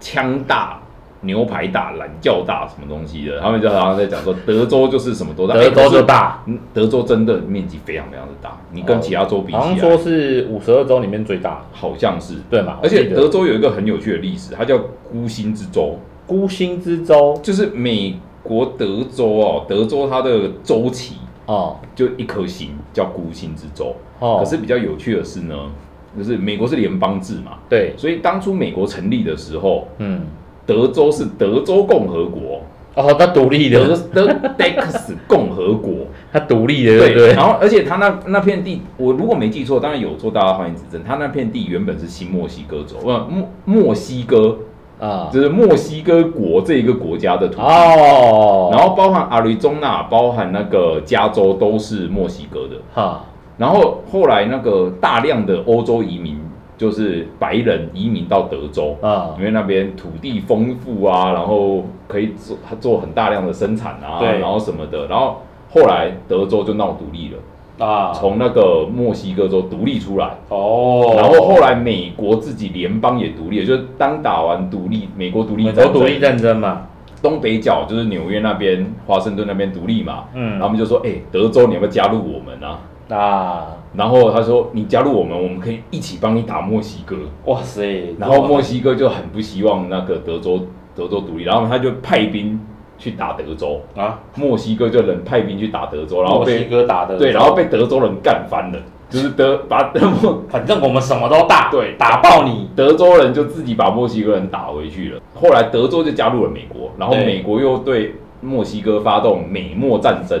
枪大、牛排大、懒觉大，什么东西的，他们就常常在讲说，德州就是什么都大，
德州
哎可
就是大，
嗯德州真的面积非常非常的大，你跟其他州比起
好像
来
说，是五十二州里面最大，
好像是。
对嘛？
而且
我记得
德州有一个很有趣的历史，它叫孤星之州，
孤星之州
就是美国德州哦，德州它的州旗
哦
就一颗星，叫孤星之州。
哦，
可是比较有趣的是呢，就是美国是联邦制嘛，
对，
所以当初美国成立的时候，
嗯，
德州是德州共和国，
哦，它独立
德
的，
州德 Dex 共和国，
它独立的， <laughs> 对不对？
然后而且它那那片地，我如果没记错，当然有做大家欢迎指正，它那片地原本是新墨西哥州，呃，墨墨西哥
啊，
就是墨西哥国这一个国家的土地。
哦，
然后包含阿雷中纳，包含那个加州都是墨西哥的，
哈，
然后后来那个大量的欧洲移民，就是白人移民到德州，
啊
因为那边土地丰富啊，然后可以做做很大量的生产啊，
对
然后什么的，然后后来德州就闹独立了，
啊，
从那个墨西哥州独立出来。
哦，
然后后来美国自己联邦也独立了，就是当打完独立，美国独立
美
战
国
争，
独立战争嘛，
东北角就是纽约那边、华盛顿那边独立嘛，
嗯
然后他们就说，哎、德州你要不要加入我们啊？
啊，
然后他说：“你加入我们，我们可以一起帮你打墨西哥。
哇塞，”
然
哦
后墨西哥就很不希望那个德州德州独立，然后他就派兵去打德州，
啊，
墨西哥就人派兵去打德州，然后
墨西
被
哥打的，
对，然后被德州人干翻了，就是德把 <laughs> 德墨
反正我们什么都大，
对
打爆你，
德州人就自己把墨西哥人打回去了。后来德州就加入了美国，然后
对
美国又对墨西哥发动美墨战争，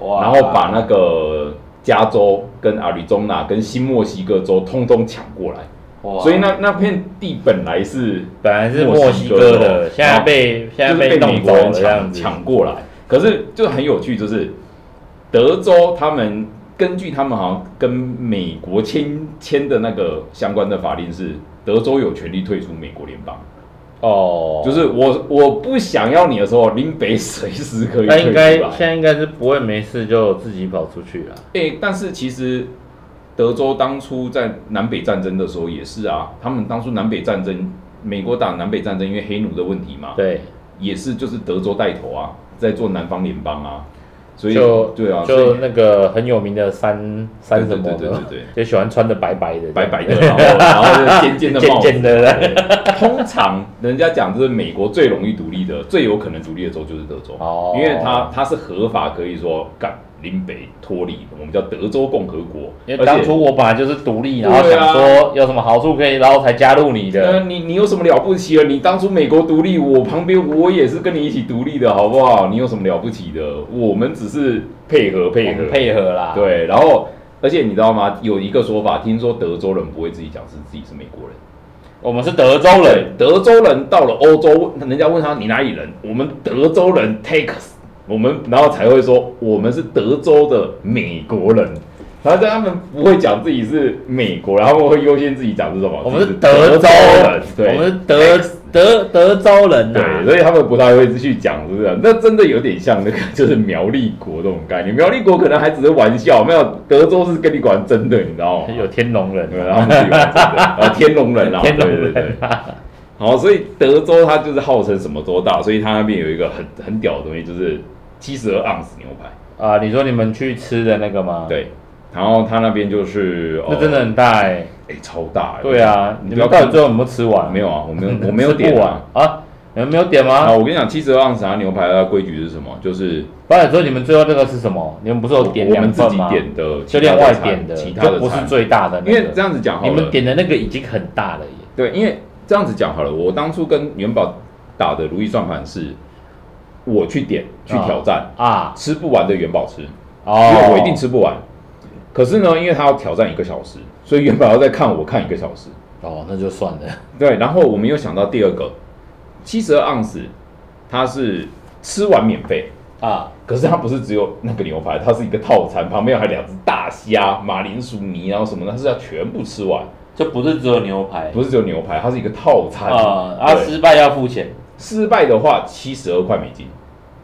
哇
然后把那个加州跟阿里中纳跟新墨西哥州通通抢过来。
哇
所以那那片地本来是
本来是
墨
墨
西
西
哥的
哥的，现在被现
就
在
是被美
弄
国
走了
人
这样
抢
子，
抢过来，可是就很有趣，就是德州他们根据他们好像跟美国签签的那个相关的法令是，德州有权利退出美国联邦，
哦，
就是我我不想要你的时候，林北随时可以
他
退出
应该
来
现。在应该是不会没事就自己跑出去啊了。
哎、但是其实德州当初在南北战争的时候也是啊，他们当初南北战争，美国打南北战争，因为黑奴的问题嘛，
对，
也是就是德州带头啊，在做南方联邦啊，所以
就
对啊，所
就
以
那个很有名的三三什么的，
对对对对对
就喜欢穿的白白的，
白白的，然后然后尖尖的帽
<laughs> 尖
子。
尖的，
对通常人家讲就是美国最容易独立的、最有可能独立的州就是德州，
哦
因为它它是合法可以说干林北脱离，我们叫德州共和国。
因为当初我本来就是独立，然后
对啊
想说有什么好处可以，然后才加入你
呃，
的。
你你有什么了不起了？你当初美国独立，我旁边我也是跟你一起独立的，好不好？你有什么了不起的？我们只是配合配
我
合
们配合啊啦，
对，然后而且你知道吗？有一个说法，听说德州人不会自己讲是自己是美国人。
我们是德州人，
德州人到了欧洲，人家问他你哪里人，我们德州人 takes，我们然后才会说我们是德州的美国人。然后但他们不会讲自己是美国，然后会优先自己哦讲是什么？
我们是
自己
德州
人
人，，
对，
我们是德德德州人啊呐、
对，所以他们不太会去讲，是不是？那真的有点像那个，就是苗栗国这种概念。苗栗国可能还只是玩笑，没有德州是跟你玩真的，你知道吗？
有天龙人，
对，然后他们是有玩真的，啊，天龙
<laughs>
人啊，
天龙人
对对对。好，所以德州它就是号称什么州大，所以它那边有一个很很屌的东西，就是七十二盎司牛排。
啊，你说你们去吃的那个吗？，
对，然后它那边就是，呃
那真的很大哎、
哎、超大、
对啊，
你
你
不要
们到底最后有没有吃完？
没有啊，我没有，我
我
没有
<laughs>
点啊。
啊，你们没有点
啊，
吗？
我跟你讲，七十二盎司它牛排的规矩是什么？就是
不然说你们最后那个是什么？你们不是有点
我
两
们自
份
己
吗？
点的，
就
其他
另
的
外
餐
点的，
其他的
就不是
餐
最大的那个。
因为这样子讲好
你
了，
们点的那个已经很大了耶。
对，因为这样子讲好了，我当初跟元宝打的如意算盘是，我去点去挑战、
啊，
吃不完的元宝吃，
哦，
因为我一定吃不完。可是呢，因为他要挑战一个小时，所以元宝要再看我看一个小时。
哦，那就算了。
对，然后我们又想到第二个，七十二盎司，它是吃完免费，
啊，
可是它不是只有那个牛排，它是一个套餐，旁边还有两只大虾、马铃薯泥，然后什么的，它是要全部吃完。
就不是只有牛排
不是只有牛排，它是一个套餐
啊，啊，
对
失败要付钱，
失败的话七十二块美金，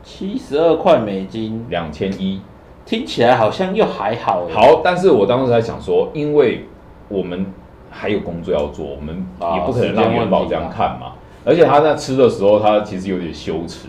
七十二块美金，
两千一。
听起来好像又还好耶，
好，但是我当时还想说，因为我们还有工作要做，我们
啊
也不可能
时
让
间
元宝
问
这
题啊
样看嘛。而且他在吃的时候，他其实有点羞耻，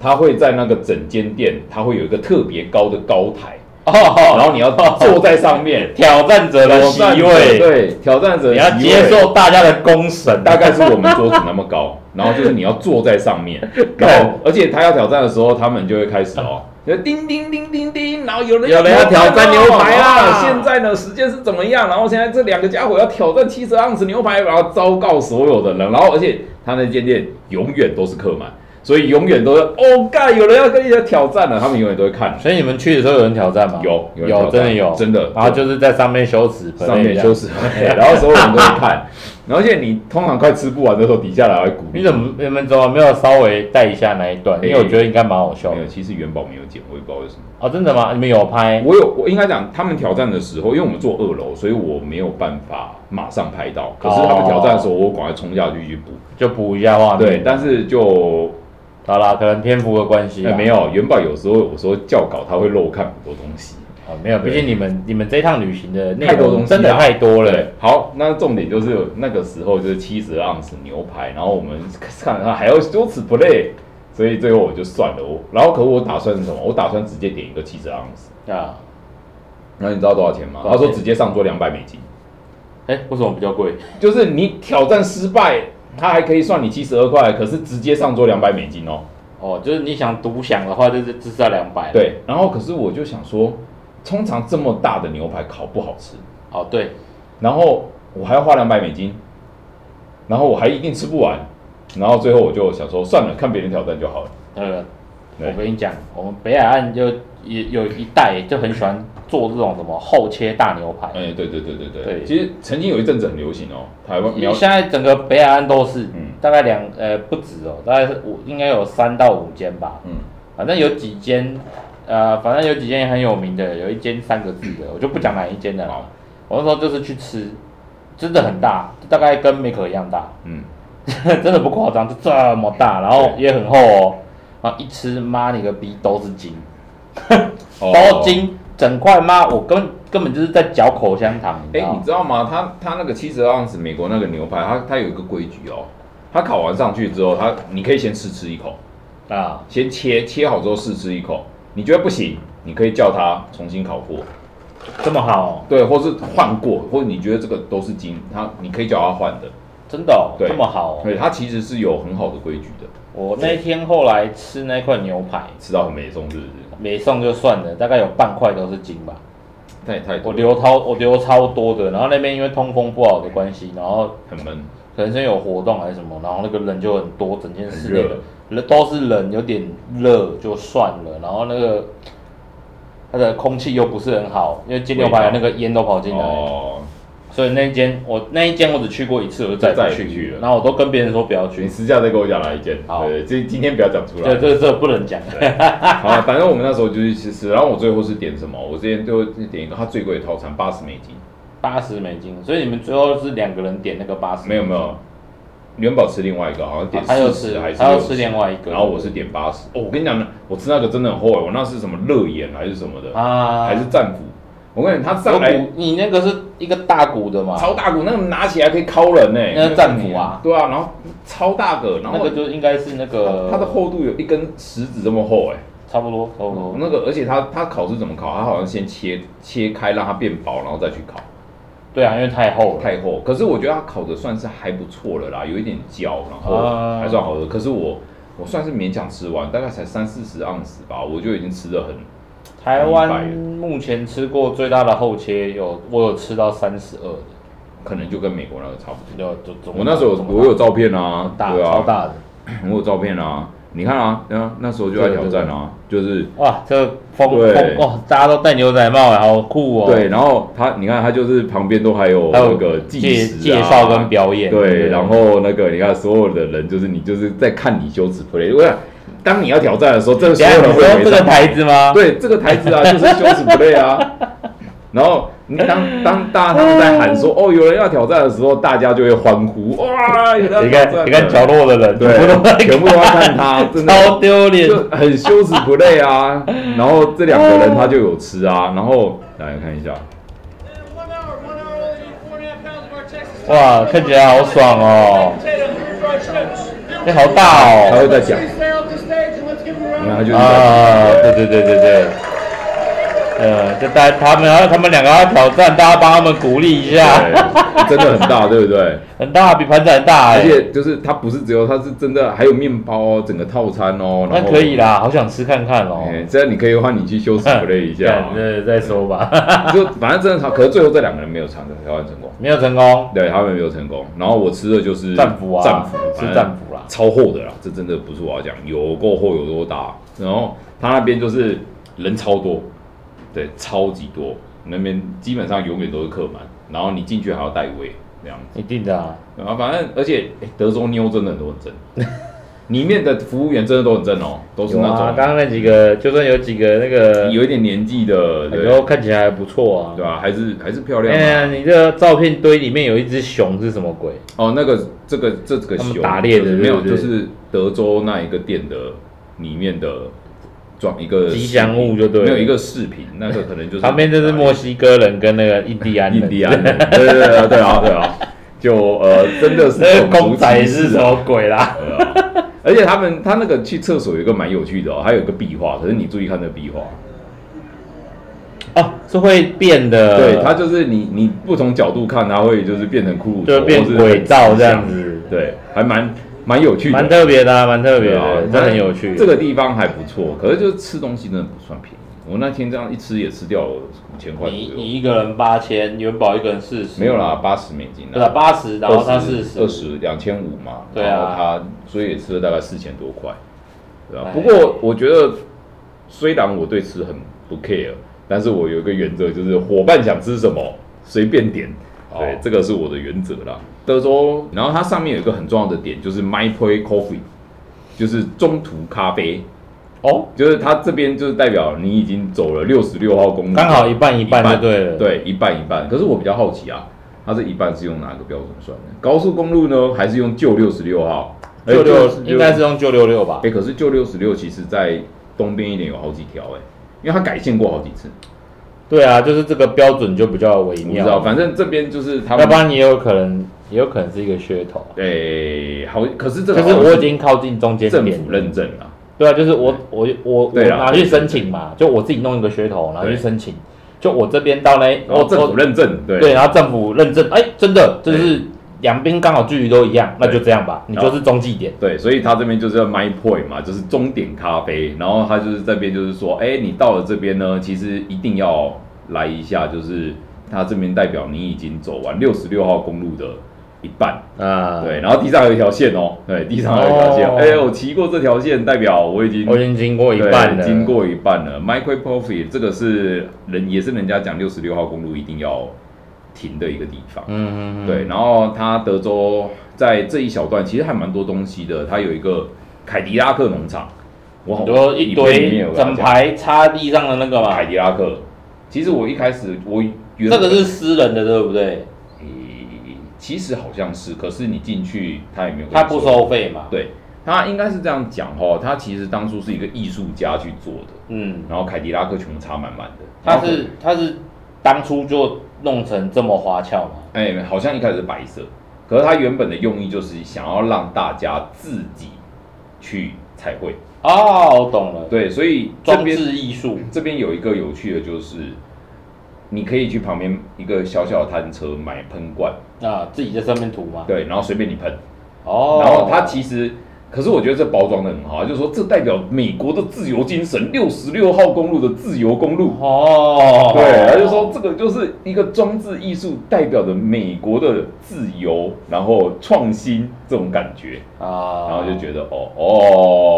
他会在那个整间店，他会有一个特别高的高台，
哦，，
然后你要坐在上面
挑战者的席
挑战者
位，
对挑战者的
你要
席
接
位
受大家的公审，
大概是我们桌子那么高，然后就是你要坐在上 <laughs> 面，
干
然后而且他要挑战的时候，他们就会开始哦， <laughs> 就叮叮叮叮叮，然后有人
有人要挑战牛排
啦
啦，
哦啊现在呢时间是怎么样？然后现在这两个家伙要挑战七十盎司牛排，然后昭告所有的人，然后而且他那间店永远都是客满，所以永远都是哦干，有人要跟你挑战了，他们永远都会看，
所以你们去的时候有人挑战吗？
有有人挑
有
战
真的有
真的
然后就是在上面修辞，
上面修
辞。
饰，然后所有人都会看，然后而且你通常快吃不完的时候，底下来会鼓励
你怎么你们怎么没有稍微带一下那一段？
哎
因为我觉得应该蛮好笑
没有，
的。
其实元宝没有剪，我也不知道为什么。
哦，真的吗？你们有拍？
我有，我应该讲他们挑战的时候，因为我们坐二楼，所以我没有办法马上拍到。可是他们挑战的时候，我赶快冲下去去补。
就补一下
哦
画面。
对，但是就、
好哦啦，可能篇幅的关系啊、
呃没有元宝，有时候我说教稿他会漏看很多东西，
哦，没有，毕
对
竟你们你们这趟旅行的内
太多东
容
西啊
真的
啦
太多了
对。，好，那重点就是有那个时候就是七十盎司牛排，然后我们看他还要羞耻 play，所以最后我就算了。我然后可我打算是什么？我打算直接点一个七十盎司。
啊，
然后你知道多少钱吗？
多
他
少钱
说直接上桌两百美金。
哎，为什么比较贵？
就是你挑战失败，他还可以算你七十二块，可是直接上桌两百美金哦。
哦，就是你想独享的话，就是至少两百，，
对，然后可是我就想说，通常这么大的牛排烤不好吃，
哦对，
然后我还要花两百美金，然后我还一定吃不完，然后最后我就想说算了，看别人挑战就好了。
呃，
对
我跟你讲，我们北海岸就也有一带就很喜欢做这种什么厚切大牛排，
哎，对对对对对，
对
其实曾经有一阵子很流行哦，台湾苗
现在整个北海岸都是，
嗯
大概两呃不止哦，大概是五应该有三到五间吧，
嗯，
反正有几间，呃，反正有几间也很有名的，有一间三个字的，我就不讲哪一间的了
好。
我那时候就是去吃，真的很大，大概跟梅可一样大， <laughs>
嗯，
真的不夸张，就这么大，然后
对
也很厚哦，然后一吃妈你个逼都是筋，
哦
都筋，整块妈我根根本就是在嚼口香糖，
哎、
你知道
你
吗？
知道吗？他他那个七十盎司美国那个牛排，它它有一个规矩哦，它烤完上去之后，它你可以先试吃一口，
啊，
先切切好之后试吃一口，你觉得不行，你可以叫它重新烤过，
这么好，
对，或是换过，或者你觉得这个都是筋，它你可以叫它换的，
真的哦
对
这么好哦。
对，它其实是有很好的规矩的，
我那天后来吃那块牛排，
吃到很美松是不是？
没送就算了，大概有半块都是筋吧。
太太多
我
了，
留超我留超多的，然后那边因为通风不好的关系，然后
很闷，
可能是有活动还是什么，然后那个人就很多，整间室内
很热
人都是人，有点热就算了，然后那个它的空气又不是很好，因为煎牛排
味道
那个烟都跑进来，
哦，
所以那间我那一间我只去过一次，我就再也
再也
不
不去
去
了嗯
了，然后我都跟别人说不要
你
去，
私下再跟我讲哪一件，
好
对，这今天不要讲出来，
这这这不能讲，
好啊，反正我们那时候就是去吃，然后我最后是点什么？我之前最后是点一个它最贵的套餐，八十美金。
八十美金，所以你们最后是两个人点那个八十，
没有没有，元宝吃另外一个，好像点
啊他有
四十
吃
还是
他有
60
吃另外一个
然后我是点八十。哦，我跟你讲呢，我吃那个真的很后悔，我那是什么乐眼还是什么的，
啊，
还是战斧。我跟你讲，他上
有
来
骨，你那个是一个大骨的嘛？
超大股，那个拿起来可以敲人呢、
啊那是战斧啊
对啊，然后超大个，然
那
后
个就应该是那个
它的厚度有一根食指这么厚哎、
差不多，差不多。
那个，而且它它烤是怎么烤？它好像先切切开，让它变薄，然后再去烤。
对啊，因为太厚了。
太厚，可是我觉得它烤的算是还不错了啦，有一点焦，然后
啊
还算好喝。可是我我算是勉强吃完，大概才三四十盎司吧，我就已经吃的很
台
明白
湾目前吃过最大的厚切有，我有吃到三十二的，
可能就跟美国那个差不多。
有就总
我那时候有
总
我有照片啊，
嗯大
对
超
啊，
大的
我有照片啊，你看啊，那那时候就在挑战啊，就是
哇，这风
对
风哦，大家都戴牛仔帽，好酷哦。
对，，然后他你看他就是旁边都还有
还
那
有
个计
介
时啊
介绍跟表演，
对，然后那个你看，所有的人就是你就是在看你羞耻 play。我想，当你要挑战的时候，这个
等一
所
下
有
你
人会
说
围
这个
上来
牌子吗？， <laughs>
对，这个台词啊，就是羞耻 play 啊。然后你当当大家他们在喊说哦有人要挑战的时候，大家就会欢呼哇！有人要
你
挑战了
看你看角落的人，
对
全部都，
全部都要看他，真的
超丢脸。
就很羞耻 play 啊。然后这两个人他就有吃啊，然后来看一下，
And one hour, one hour, all you need four and a half pounds of our Texas.
哇，看起来好爽哦！哎、好大
他会
哦！
再讲，然后他就一直在
啊，对对对对对，呃，就大家他们，然后他们两个要挑战，大家帮他们鼓励一下，
对，真的很大，对不对？
很大，比盘子还大哎、
而且就是它不是只有，它是真的还有面包哦，整个套餐哦。
那
然后
可以。啦，好想吃看看哦。嗯
哎，这样你可以的话，你去
<laughs>
休息 play 一下哦
看，。这再说吧， <laughs>
就反正真的超，可是最后这两个人没有尝挑战成功，
没有成功，
对他们没有成功。然后我吃的就是
战斧啊，
战斧哎
吃战啊斧啦。
超厚的啦，这真的不是我要讲，有够厚有多大。然后他那边就是人超多，对，超级多，那边基本上永远都是客满，然后你进去还要带位这样子。
一定的啊，
然后反正而且、诶德州妞真的很多很正，里面的服务员真的都很正哦，都是
有
那种
啊，刚刚那几个，就算有几个那个，
有一点年纪的，对
然后看起来还不错啊
对。吧、还是还是漂亮、
哎
啊。
呀，你这个照片堆里面有一只熊是什么鬼？
哦，那个这个这个
他们
熊
打猎
就是
的对不
没有，
对
就是德州那一个店的里面的装一个
吉祥物就对了
没有一个饰品，那个可能就是
旁边就是墨西哥人跟那个印第安人，
印第安人，对对对啊对啊对啊，就呃真的是
那个
种族
公仔
歧视
是什么鬼
<laughs>
啦？
对啊，而且他们他那个去厕所有一个蛮有趣的哦，还有一个壁画，可是你注意看那个壁画，
哦，是会变的，
对，它就是你你不同角度看，它会就是变成骷髅头，
就变
或是
轨道这样
很像，
子，
对，还蛮蛮有趣的，
蛮特别的啊，蛮特别
对啊
的，，这很有趣。
这个地方还不错，可是就是吃东西真的不算便宜。我那天这样一吃也吃掉了五千块左
你
右，
你一个人八千，元宝一个人四十，
没有啦，，八十美金
对
啊
啦，
啦，
八十，然后他四
二
十，
十两千五嘛，
对啊
然后他所以也吃了大概四千多块，对啊
哎。
不过我觉得虽然我对吃很不 care，但是我有一个原则，就是伙伴想吃什么随便点，
哦
对，这个是我的原则啦。德州，然后它上面有一个很重要的点，就是 My Play Coffee，就是中途咖啡。
哦，
就是它这边就是代表你已经走了六十六号公路，
刚好一半一半就对了。，
对一半一半。可是我比较好奇啊，它这一半是用哪个标准算的？高速公路呢，还是用旧六十六号？
九六
哎
应该是用九六六吧
哎、？可是旧六十六其实在东边一点有好几条哎、因为它改线过好几次，
对啊，就是这个标准就比较微
我不知道，
妙，
反正这边就是他
要
们
不然也有可能，也有可能是一个噱头啊。
哎、好，可是这个
就是
好像
我已经靠近中间
政
点
府
了，
认证了，
对啊，就是我我我我
对啦
拿去申请嘛，就我自己弄一个噱头，拿去
对
申请，就我这边到那
然后哦政府认证，对
对，然后政府认证，哎，真的就是两边刚好距离都一样，那
对
就这样吧，你就是中继点，
对，所以他这边就是要 My Point 嘛，就是终点咖啡。然后他就是这边就是说，哎，你到了这边呢，其实一定要来一下，就是他这边代表你已经走完六十六号公路的一半。
啊，
对，然后地上有一条线哦，对，地上有一条线，
哦
哎、我骑过这条线，代表我已经
我已经经过一
对
半了，
经过一半了。Micro Profit 这个是人也是人家讲六十六号公路一定要停的一个地方。
嗯，嗯嗯，
对，然后它德州在这一小段其实还蛮多东西的，它有一个凯迪拉克农场，我好
你说一
里面
堆
有跟他
整
讲
排插地上的那个嘛
凯，迪拉克。其实我一开始我原
这个是私人的，对不对？
嗯其实好像是，可是你进去他也没有跟你
他不收费嘛？
对，他应该是这样讲哦，他其实当初是一个艺术家去做的，
嗯，
然后凯迪拉克全部插满满的，
他是他是当初就弄成这么花俏嘛？
哎、好像一开始是白色，可是它原本的用意就是想要让大家自己去彩绘。
哦，我懂了，
对，所以这
装
边
置艺术，
这边有一个有趣的就是，你可以去旁边一个小小的摊车买喷罐，
啊，自己在上面涂嘛。
嗯对，然后随便你喷，
哦，
然后它其实。可是我觉得这包装的很好，就是说这代表美国的自由精神，六十六号公路的自由公路。
哦，
对，他就说这个就是一个装置艺术代表着美国的自由，然后创新这种感觉，
啊，
然后就觉得哦哦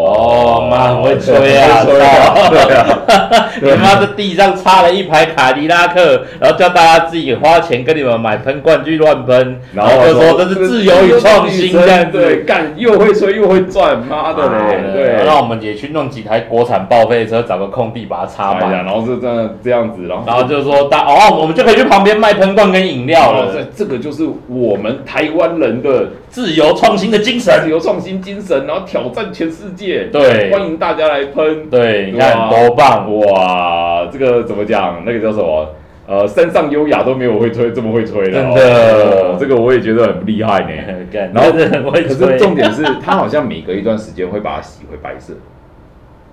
哦妈很会吹啊
对啊，对啊， <laughs>
你妈在地上插了一排卡迪拉克，然后叫大家自己花钱跟你们买喷罐去乱喷，然后就说这是自由与创新这样
对，
子。啊
干又会吹又会会赚，妈的嘞，对，
让我们也去弄几台国产报废车，找个空地把它插
哎呀，
满，
然后是这样这样子，然后
然后就说大哦，我们就可以去旁边卖喷罐跟饮料
哦，这
了，
这个就是我们台湾人的
自由创新的精神
自。由创新精神，然后挑战全世界，
对
欢迎大家来喷，
对，你看
哇
多棒！
哇，这个怎么讲？那个叫什么？呃，山上优雅都没有会吹这么会吹的哦，
真的
哦这个我也觉得很厉害呢。
<laughs> 干
然后
真的很会
可
吹
是重点是，它好像每隔一段时间会把它洗回白色，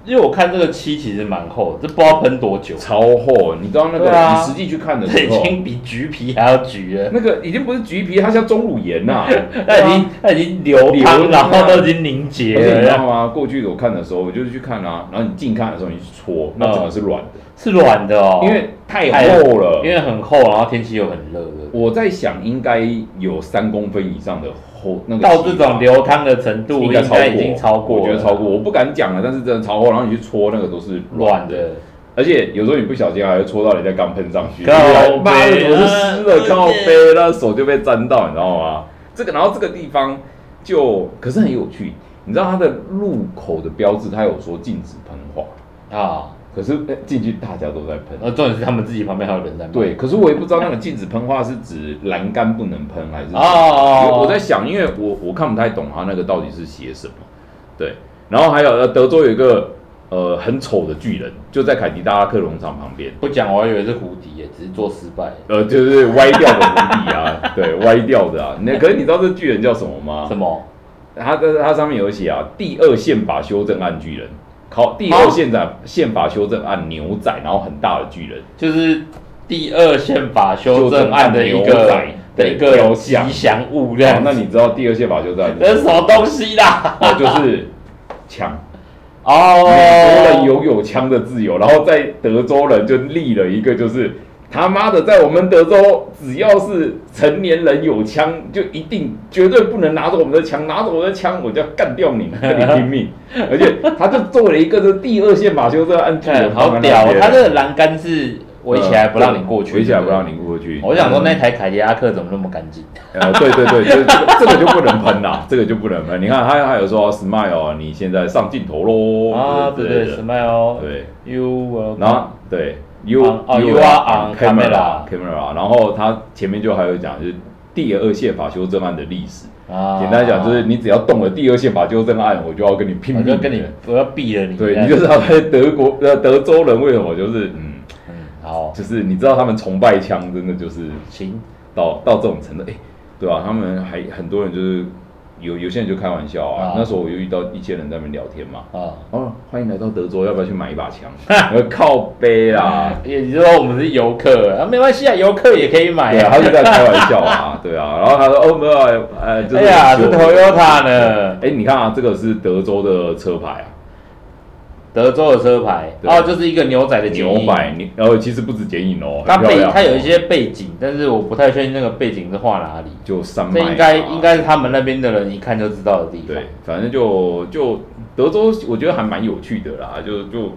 因为我看这个漆其实蛮厚的，这不知道喷多久，
超厚。你知道那个、
对啊
你实际去看的
这
时
<laughs> 已
候，
经比橘皮还要橘了。
那个已经不是橘皮，它像钟乳岩呐、
<laughs> 它已经它已经流
流
汤，
汤
然后
啊
都已经凝结
而且你知
了，
道吗？过去我看的时候，我就是去看啊，然后你近看的时候你去搓，那整个是软的，
是软的哦，哎
因为太厚了。
因为很厚，然后天气又很热，对不对
我在想，应该有三公分以上的厚，那个
到这
细吧
种流汤的程度，
应
应
该超
该
过，
已经超过了，
我觉得超过，我不敢讲了，但是真的超厚。然后你去搓那个都是
软，的，
而且有时候你不小心还会搓到人家刚喷上去，
靠
对妈的
背
怎么是湿的
啊
靠背，那手就被沾到，你知道吗？这个，然后这个地方就可是很有趣，你知道它的入口的标志，它有说禁止喷花，
啊。
可是哎进去大家都在喷。
呃，重点是他们自己旁边还有人在骂
对，可是我也不知道那个禁止喷花是指栏杆不能喷还是
哦哦，哦
我我在想，因为我我看不太懂他那个到底是写什么。对，然后还有呃，德州有一个呃很丑的巨人，就在凯迪拉克农场旁边，
不讲，我还以为是蝴蝶耶，只是做失败。
呃，就是歪掉的狐狸啊，对，歪掉的啊。那可是你知道这巨人叫什么吗
什？么？
他的他上面有写啊，第二宪法修正案巨人，考第二宪法、宪法修正案牛仔，然后很大的巨人，
就是第二宪法修正案的一
修正
个
案
的
对
一个
雕
吉
像
祥物这
哦
样。
那你知道第二宪法修正案
这是什么东西 <laughs> 啦？
哦，就是枪。美国人
哦，
拥有枪的自由，然后在德州人就立了一个，就是他妈的，在我们德州，只要是成年人有枪，就一定绝对不能拿着我们的枪，拿着我的枪我就要干掉 <laughs> 你，跟你拼命。而且他就做了一个这第二宪法修正案具，
看嗯好屌！它这个栏杆是围起来不让你过去，
嗯围起来不让
你。
你过去。
我想说
嗯 <laughs>
那台凯迪拉克怎么那么干净？
呃，对对对，这这个这个就不能喷啦，这个就不能喷。你看他还有说啊 smile，你现在上镜头喽
啊，对对
哦对
，Smile
对。
you，
然后对，you
On- 哦 you are on camera
camera，然后他前面就还有讲就是第二宪法修正案的历史，
啊
简单讲就是你只要动了第二宪法修正案，我就要跟你拼
我
命的，
就跟你，我要毙了你。
对，你就知道在德国呃德州人为什么就是嗯，
嗯，好，
就是你知道他们崇拜枪真的就是
行，
到到这种程度，哎，对吧、他们还很多人就是有有些人就开玩笑啊
啊，
那时候我就遇到一些人在那边聊天嘛。
啊。
哦，欢迎来到德州，要不要去买一把枪？ <laughs> 我说靠背啦，
也就是啊说我们是游客，啊，没关系啊，游客也可以买
对啊，
啊。
他就在开玩笑啊， <laughs> 对啊，然后他说哦没有啊，呃，就是
哎呀，是
有
Toyota 呢，
哎，你看啊，这个是德州的车牌啊，
德州的车牌，
对
哦，就是一个牛仔的剪
牛
影
百，你然后其实不止剪影哦，
它
很漂
背
亮哦
它有一些背景，但是我不太确定那个背景是画哪里。
就山
这
脉啊，
应该应该是他们那边的人一看就知道的地方
对。，反正就就德州，我觉得还蛮有趣的啦，就就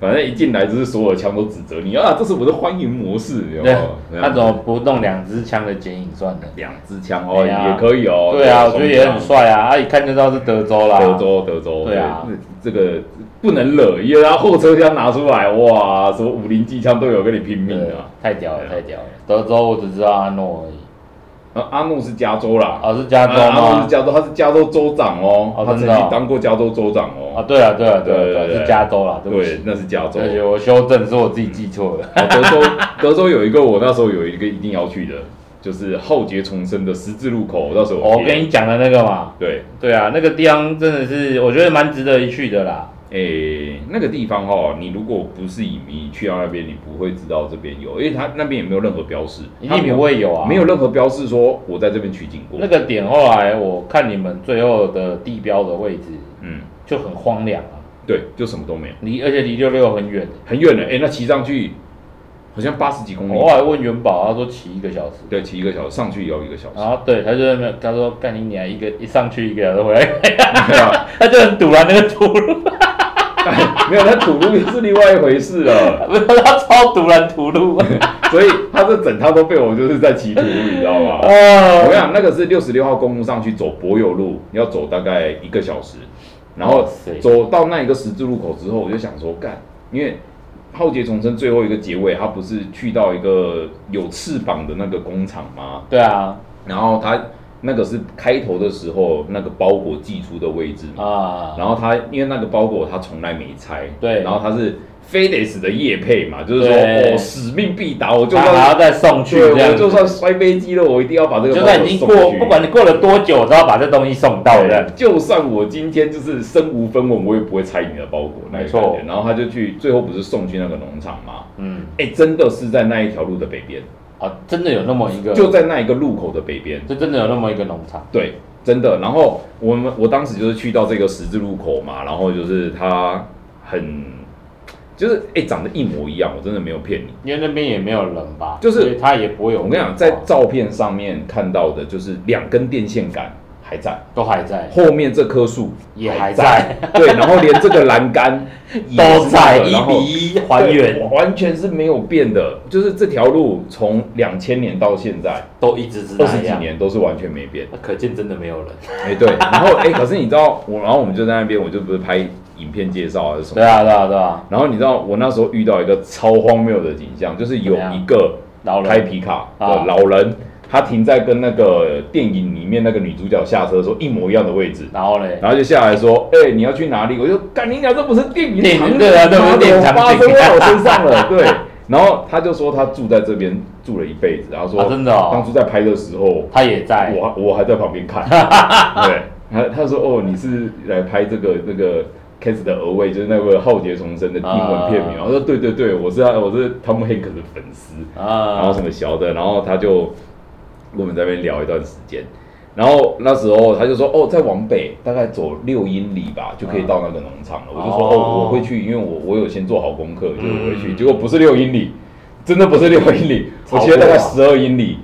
反正一进来就是所有枪都指责你啊，这是我的欢迎模式，有没
对
有？，
哎那怎么不弄两支枪的剪影算了？
两支枪哦，
对啊
也可以哦，
对啊，我觉得也
双
很
枪
帅啊，啊，一看就知道是德州啦。
德州，德州，
对啊
这个不能惹，因为他后车厢拿出来，哇，什么五零机枪都有跟你拼命
对
的啊。
太屌了，
对啊
太屌了。德州我只知道阿诺而已，
啊阿诺是加州啦，
哦，是加州
啊阿诺
吗
是？加州，他是加州州长哦，
哦
他曾
真的哦
经当过加州州长
啊，
哦。
对啊，对啊，对啊
对
对啊，
对对
是加州啦，对不
对
起，。哎
那是加州。
对，我修正是我自己记错了。
哦德州， <laughs> 德州有一个我那时候有一个一定要去的，就是浩劫重生的十字路口，到时候
哦我
贴
跟你讲的那个嘛，
对，
对啊，那个地方真的是我觉得蛮值得一去的啦。
诶、那个地方哦，你如果不是影迷去到那边，你不会知道这边有，因为他那边也没有任何标识，
一
它没
定
有
不会有啊，
没有任何标示说我在这边取景过。
那个点。后来我看你们最后的地标的位置
嗯，
就很荒凉啊，
对，就什么都没有，
离而且离六六很远。
很远的。哎、那骑上去好像八十几公里，
我后来问元宝，他说骑一个小时。
对，骑一个小时，上去也要一个小时。
然后对，他就在那边，他说干你娘， <laughs> 一个一上去一个小时回来，
对啊
他就很堵了那个土路。
<laughs> 没有，他吐露又是另外一回事
<laughs>
了。
不是他超突然
<laughs>
吐露啊！
所以他这整套都被我们就是在骑土路，你知道吗？
哦
我跟你讲，那个是六十六号公路上去走柏油路，要走大概一个小时，然
哇
后
塞
走到那一个十字路口之后，我就想说干，因为浩劫重生最后一个结尾，他不是去到一个有翅膀的那个工厂吗？
对啊
然后他那个是开头的时候那个包裹寄出的位置嘛，
啊，
然后他因为那个包裹他从来没拆，
对
然后他是。非得死的叶配嘛，就是说
对
我、哦使命必达，我就
他还
算
要再送去
对，
这样
我
子，
就算摔飞机了，我一定要把这个
就
包裹
算已经
送
过，
去
不管你过了多久，我都要把这东西送到的。
就算我今天就是身无分文，我也不会拆你的包裹，那个
没错
感觉然后他就去，最后不是送去那个农场吗？
嗯，
哎、真的是在那一条路的北边，
啊，真的有那么一个，
就在那一个路口的北边。
就真的有那么一个农场。
对，真的。然后我们我当时就是去到这个十字路口嘛，然后就是他很，就是哎、长得一模一样，我真的没有骗你。
因为那边也没有人吧，
就是
所以他也不会有。
我跟你讲，在照片上面看到的就是两根电线杆还在。
都还在，
后面这棵树
也还在，
<laughs> 对，然后连这个栏杆也是
都在
<laughs> 那个
一
然后
比一还
对
原，
完全是没有变的，就是这条路从两千年到现在
都一直是
二
那
十几
样。
年都是完全没变。
那可见真的没有人。
哎、对，然后哎、可是你知道我，然后我们就在那边，我就不是拍影片介绍还是什么
对，啊，对啊，对啊，
然后你知道我那时候遇到一个超荒谬的景象，就是有
怎么样
一个
老人
开皮卡的
啊
老人，他停在跟那个电影里面那个女主角下车的时候一模一样的位置，
然后嘞，
然后就下来说：“哎、你要去哪里？”我就干你俩，这不是电影
电影
场景
对啊这不是
妈的
电影场景
发生在我身上
<laughs>
了。对，然后他就说他住在这边住了一辈子，然后说、
啊真的哦
当初在拍的时候，
他也在，
我我还在旁边
<laughs>
看。对，他他说哦，你是来拍这个那个。Case 的额位就是那个《浩劫重生》的英文片名，
啊
然后说对对对，我是他，我是汤姆汉克的粉丝，然后
啊
什，么小的，然后他就跟我们在那边聊一段时间，然后那时候他就说哦，再往北大概走六英里吧，就可以到那个农场了。我就说
哦
哦，我会去，因为我我有先做好功课，就是
嗯
我会去。结果不是六英里，真的不是六英里，
超
我
过啊
骑了大概十二英里，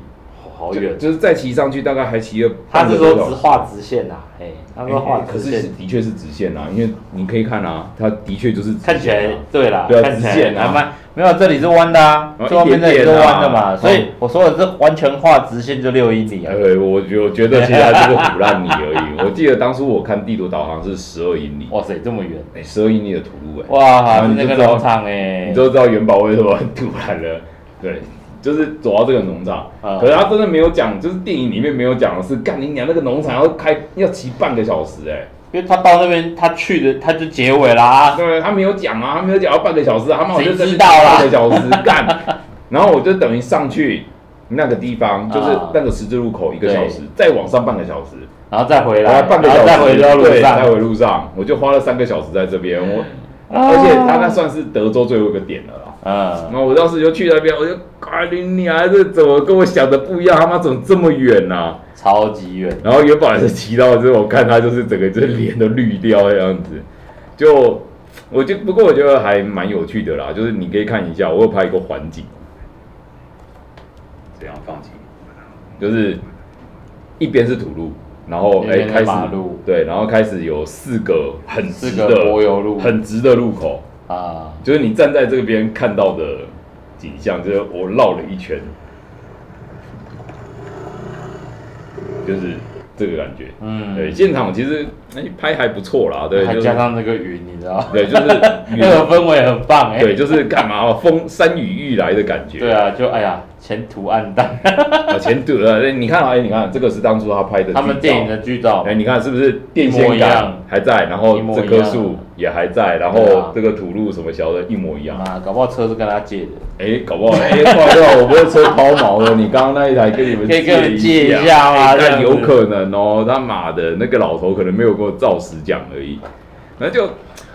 好
就
远。
就是再骑上去大概还骑了
他
半
是
个
说
多小
直
时。
画直线呐，哎，他说画
哎可
直
是是
线，
的确是直线啊，因为你可以看啊，它的确就是直线啊
看起来对啦，
对啊
看起
直线
来
啊
还蛮没有，这里是弯的啊，
然后
最后面这里是弯的嘛，
一点点啊
所以我说的是完全画直线就六英里啊。
呃，我觉我觉得其实他就是唬烂你而已。我记得当初我看地图导航是十二英里，
哇塞，这么远，
哎，十二英里的土路
哦
哎、然
哇，
后
是
你就
那个
知道
农场哎
你，都知道元宝为什么很突然了，对，就是走到这个农场，
嗯
可是他真的没有讲，就是电影里面没有讲的是，干你娘那个农场要开要骑半个小时哎、
因为他到那边他去的他就结尾啦，
对，他没有讲啊，他没有讲要半个小时啊，他妈我就
谁
真的
知道啊
半个小时干，然后我就等于上去那个地方，就是
啊
那个十字路口一个小时，再往上半个小时。
然后再回
然
来，
后半个
然
小
后
时
再回到路
对再
上，
回路上，我就花了三个小时在这边，我、
啊
而且他那算是德州最后一个点了啦。然
嗯，
后我当时就去那边，我就快点你啊，这怎么跟我想的不一样？他妈怎么这么远啊呐、
超级远，
然后元宝也是骑到之后，我看他就是整个就是脸都绿掉的样子，就我就不过我觉得还蛮有趣的啦，就是你可以看一下，我有拍一个环景，
这样放弃。
就是一边是土路，然后
一
哎、
边是
开始
马路
对，然后开始有四个很
四
直
个
的
柏油路
很直的路口，
啊，
就是你站在这边看到的景象，就是我绕了一圈，就是这个感觉。
嗯，
对，，现场其实哎、拍还不错啦，对，
还
就是
加上那个云，你知道 <laughs> 吗，
对，就是
那个氛围很棒哎，
对，就是干嘛哦，风山雨欲来的感觉。
对啊，就哎呀，前途暗 <laughs> 淡，
啊，前途了，哎你看啊，哎、你看这个是当初他拍的
他们
剧照
电影的剧照
哎、，你看是不是电线
一模一
杆
样
还在，然后
一模一
这
样啊
棵树也还在，然
对
后
啊
这个土路什么小的一模一样。
啊，搞不好车是跟他借的，
哎、搞不好哎，不好意思啊，我不会车抛锚的，你刚刚那一台跟你们
可以跟我们借
一
一下吗
哎
这样
但
子
有可能哦，他妈的那个老头可能没有跟我照实讲而已。那就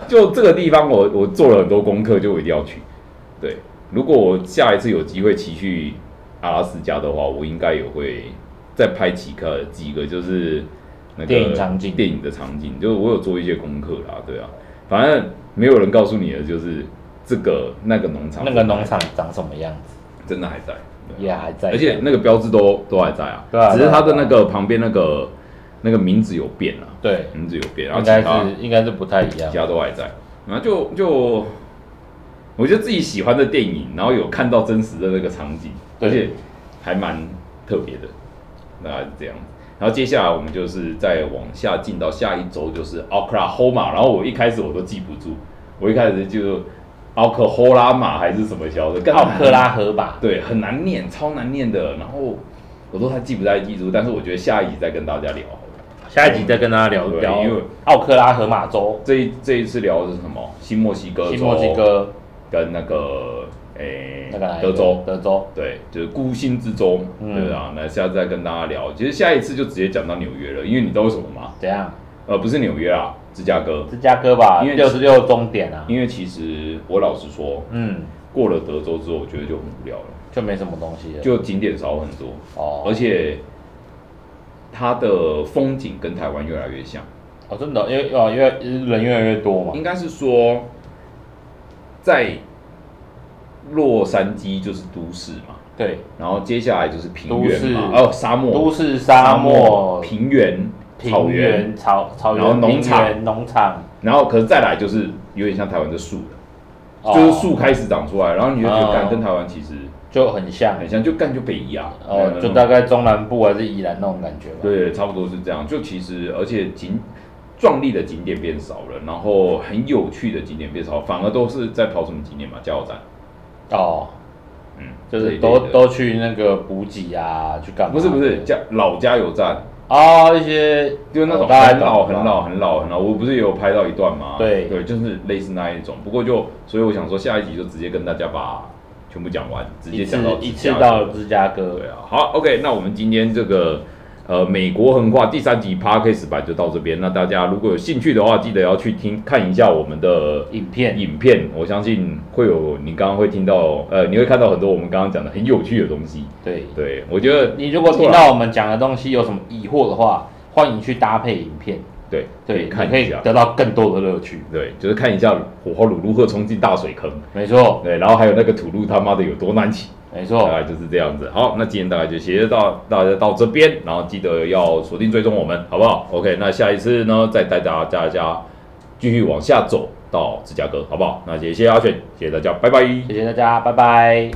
就这个地方我，我做了很多功课，就我一定要去。对，如果我下一次有机会骑去阿拉斯加的话，我应该也会再拍几个几个就是那个
电影场景
电影的场景，就是我有做一些功课啦，对啊，反正没有人告诉你的就是这个那个农场
那个农场长什么样子
真的还在，对
也还在，
而且那个标志都都还在啊，
对啊
只是它的那个旁边那个那个名字有变啊，
对，
名字有变，然后
应
其
该
他
是应该是不太一样
其。他都还在，然后就就我觉得自己喜欢的电影，然后有看到真实的那个场景，
对
而且还蛮特别的，大概是这样。然后接下来我们就是再往下进到下一周，就是 Oklahoma。然后我一开始我都记不住，我一开始就奥克霍拉玛还是什么小的，干
奥克拉荷吧，
对，很难念，超难念的。然后我都还记不太记住，但是我觉得下一集再跟大家聊好了。
下一集再跟大家聊
对
聊
因为
奥克拉荷马州，
这一这一次聊的是什么？新墨西哥州
新墨西哥
跟那个诶、
那个哪一个
德州，
德州，
对，就是孤星之州，
嗯
对啊。那下次再跟大家聊。其实下一次就直接讲到纽约了，因为你知道为什么吗？
怎样？
呃，不是纽约啊，芝加哥。
芝加哥吧，
因为
六十六终点啊，
因为其实我老实说，
嗯，
过了德州之后，我觉得就很无聊了，
就没什么东西了。
就景点少很多。
哦，
而且它的风景跟台湾越来越像，
哦，真的，因为哦，因为人越来越多嘛
应，该是说在洛杉矶就是都市嘛，
对，
然后接下来就是平原嘛，
都市
哦，沙漠，
都市、沙漠、
平原、草
平
原，
原、草草
然后
原、
农
平
场
原、农场，
然后可是再来就是有点像台湾的树了，
哦
就是树开始长出来，然后你就觉得
哦
干跟台湾其实
就很像
很，像，就干就北宜啊，
哦，
嗯
就大概中南部还是宜兰那种感觉吧。，
对，差不多是这样。就其实，而且景壮丽的景点变少了，然后很有趣的景点变少，反而都是在跑什么景点嘛？加油站，
哦，
嗯，
就是
这一类
都
的
都去那个补给啊，去干嘛？
不是不是加老加油站，
哦，一些
就是那种
哦大概
很老
懂
很老很老很老，我不是也有拍到一段吗？
对
对，就是类似那一种。不过就所以我想说，下一集就直接跟大家把全部讲完，直接
一
讲到
次一
芝
次
加哥
到芝加哥
对，啊，好，OK，那我们今天这个呃美国横跨第三集 Parkcase 版就到这边。那大家如果有兴趣的话，记得要去听看一下我们的
影片
影片，我相信会有你刚刚会听到，呃，你会看到很多我们刚刚讲的很有趣的东西。
对。
对，我觉得
你如果听到我们讲的东西有什么疑惑的话，欢迎去搭配影片，
对
对，
你
你
看
可
一
以
下，
得到更多的乐趣。
对，就是看一下火花炉如何冲进大水坑，
没错，
对，然后还有那个土路他妈的有多难骑。
没
大
错
概，就是这样子。好，那今天大概就写到大家到这边，然后记得要锁定追踪我们，好不好？OK，那下一次呢，再带大家大家继续往下走到芝加哥，好不好？那也谢谢阿选，谢谢大家，拜拜。
谢谢大家，拜拜。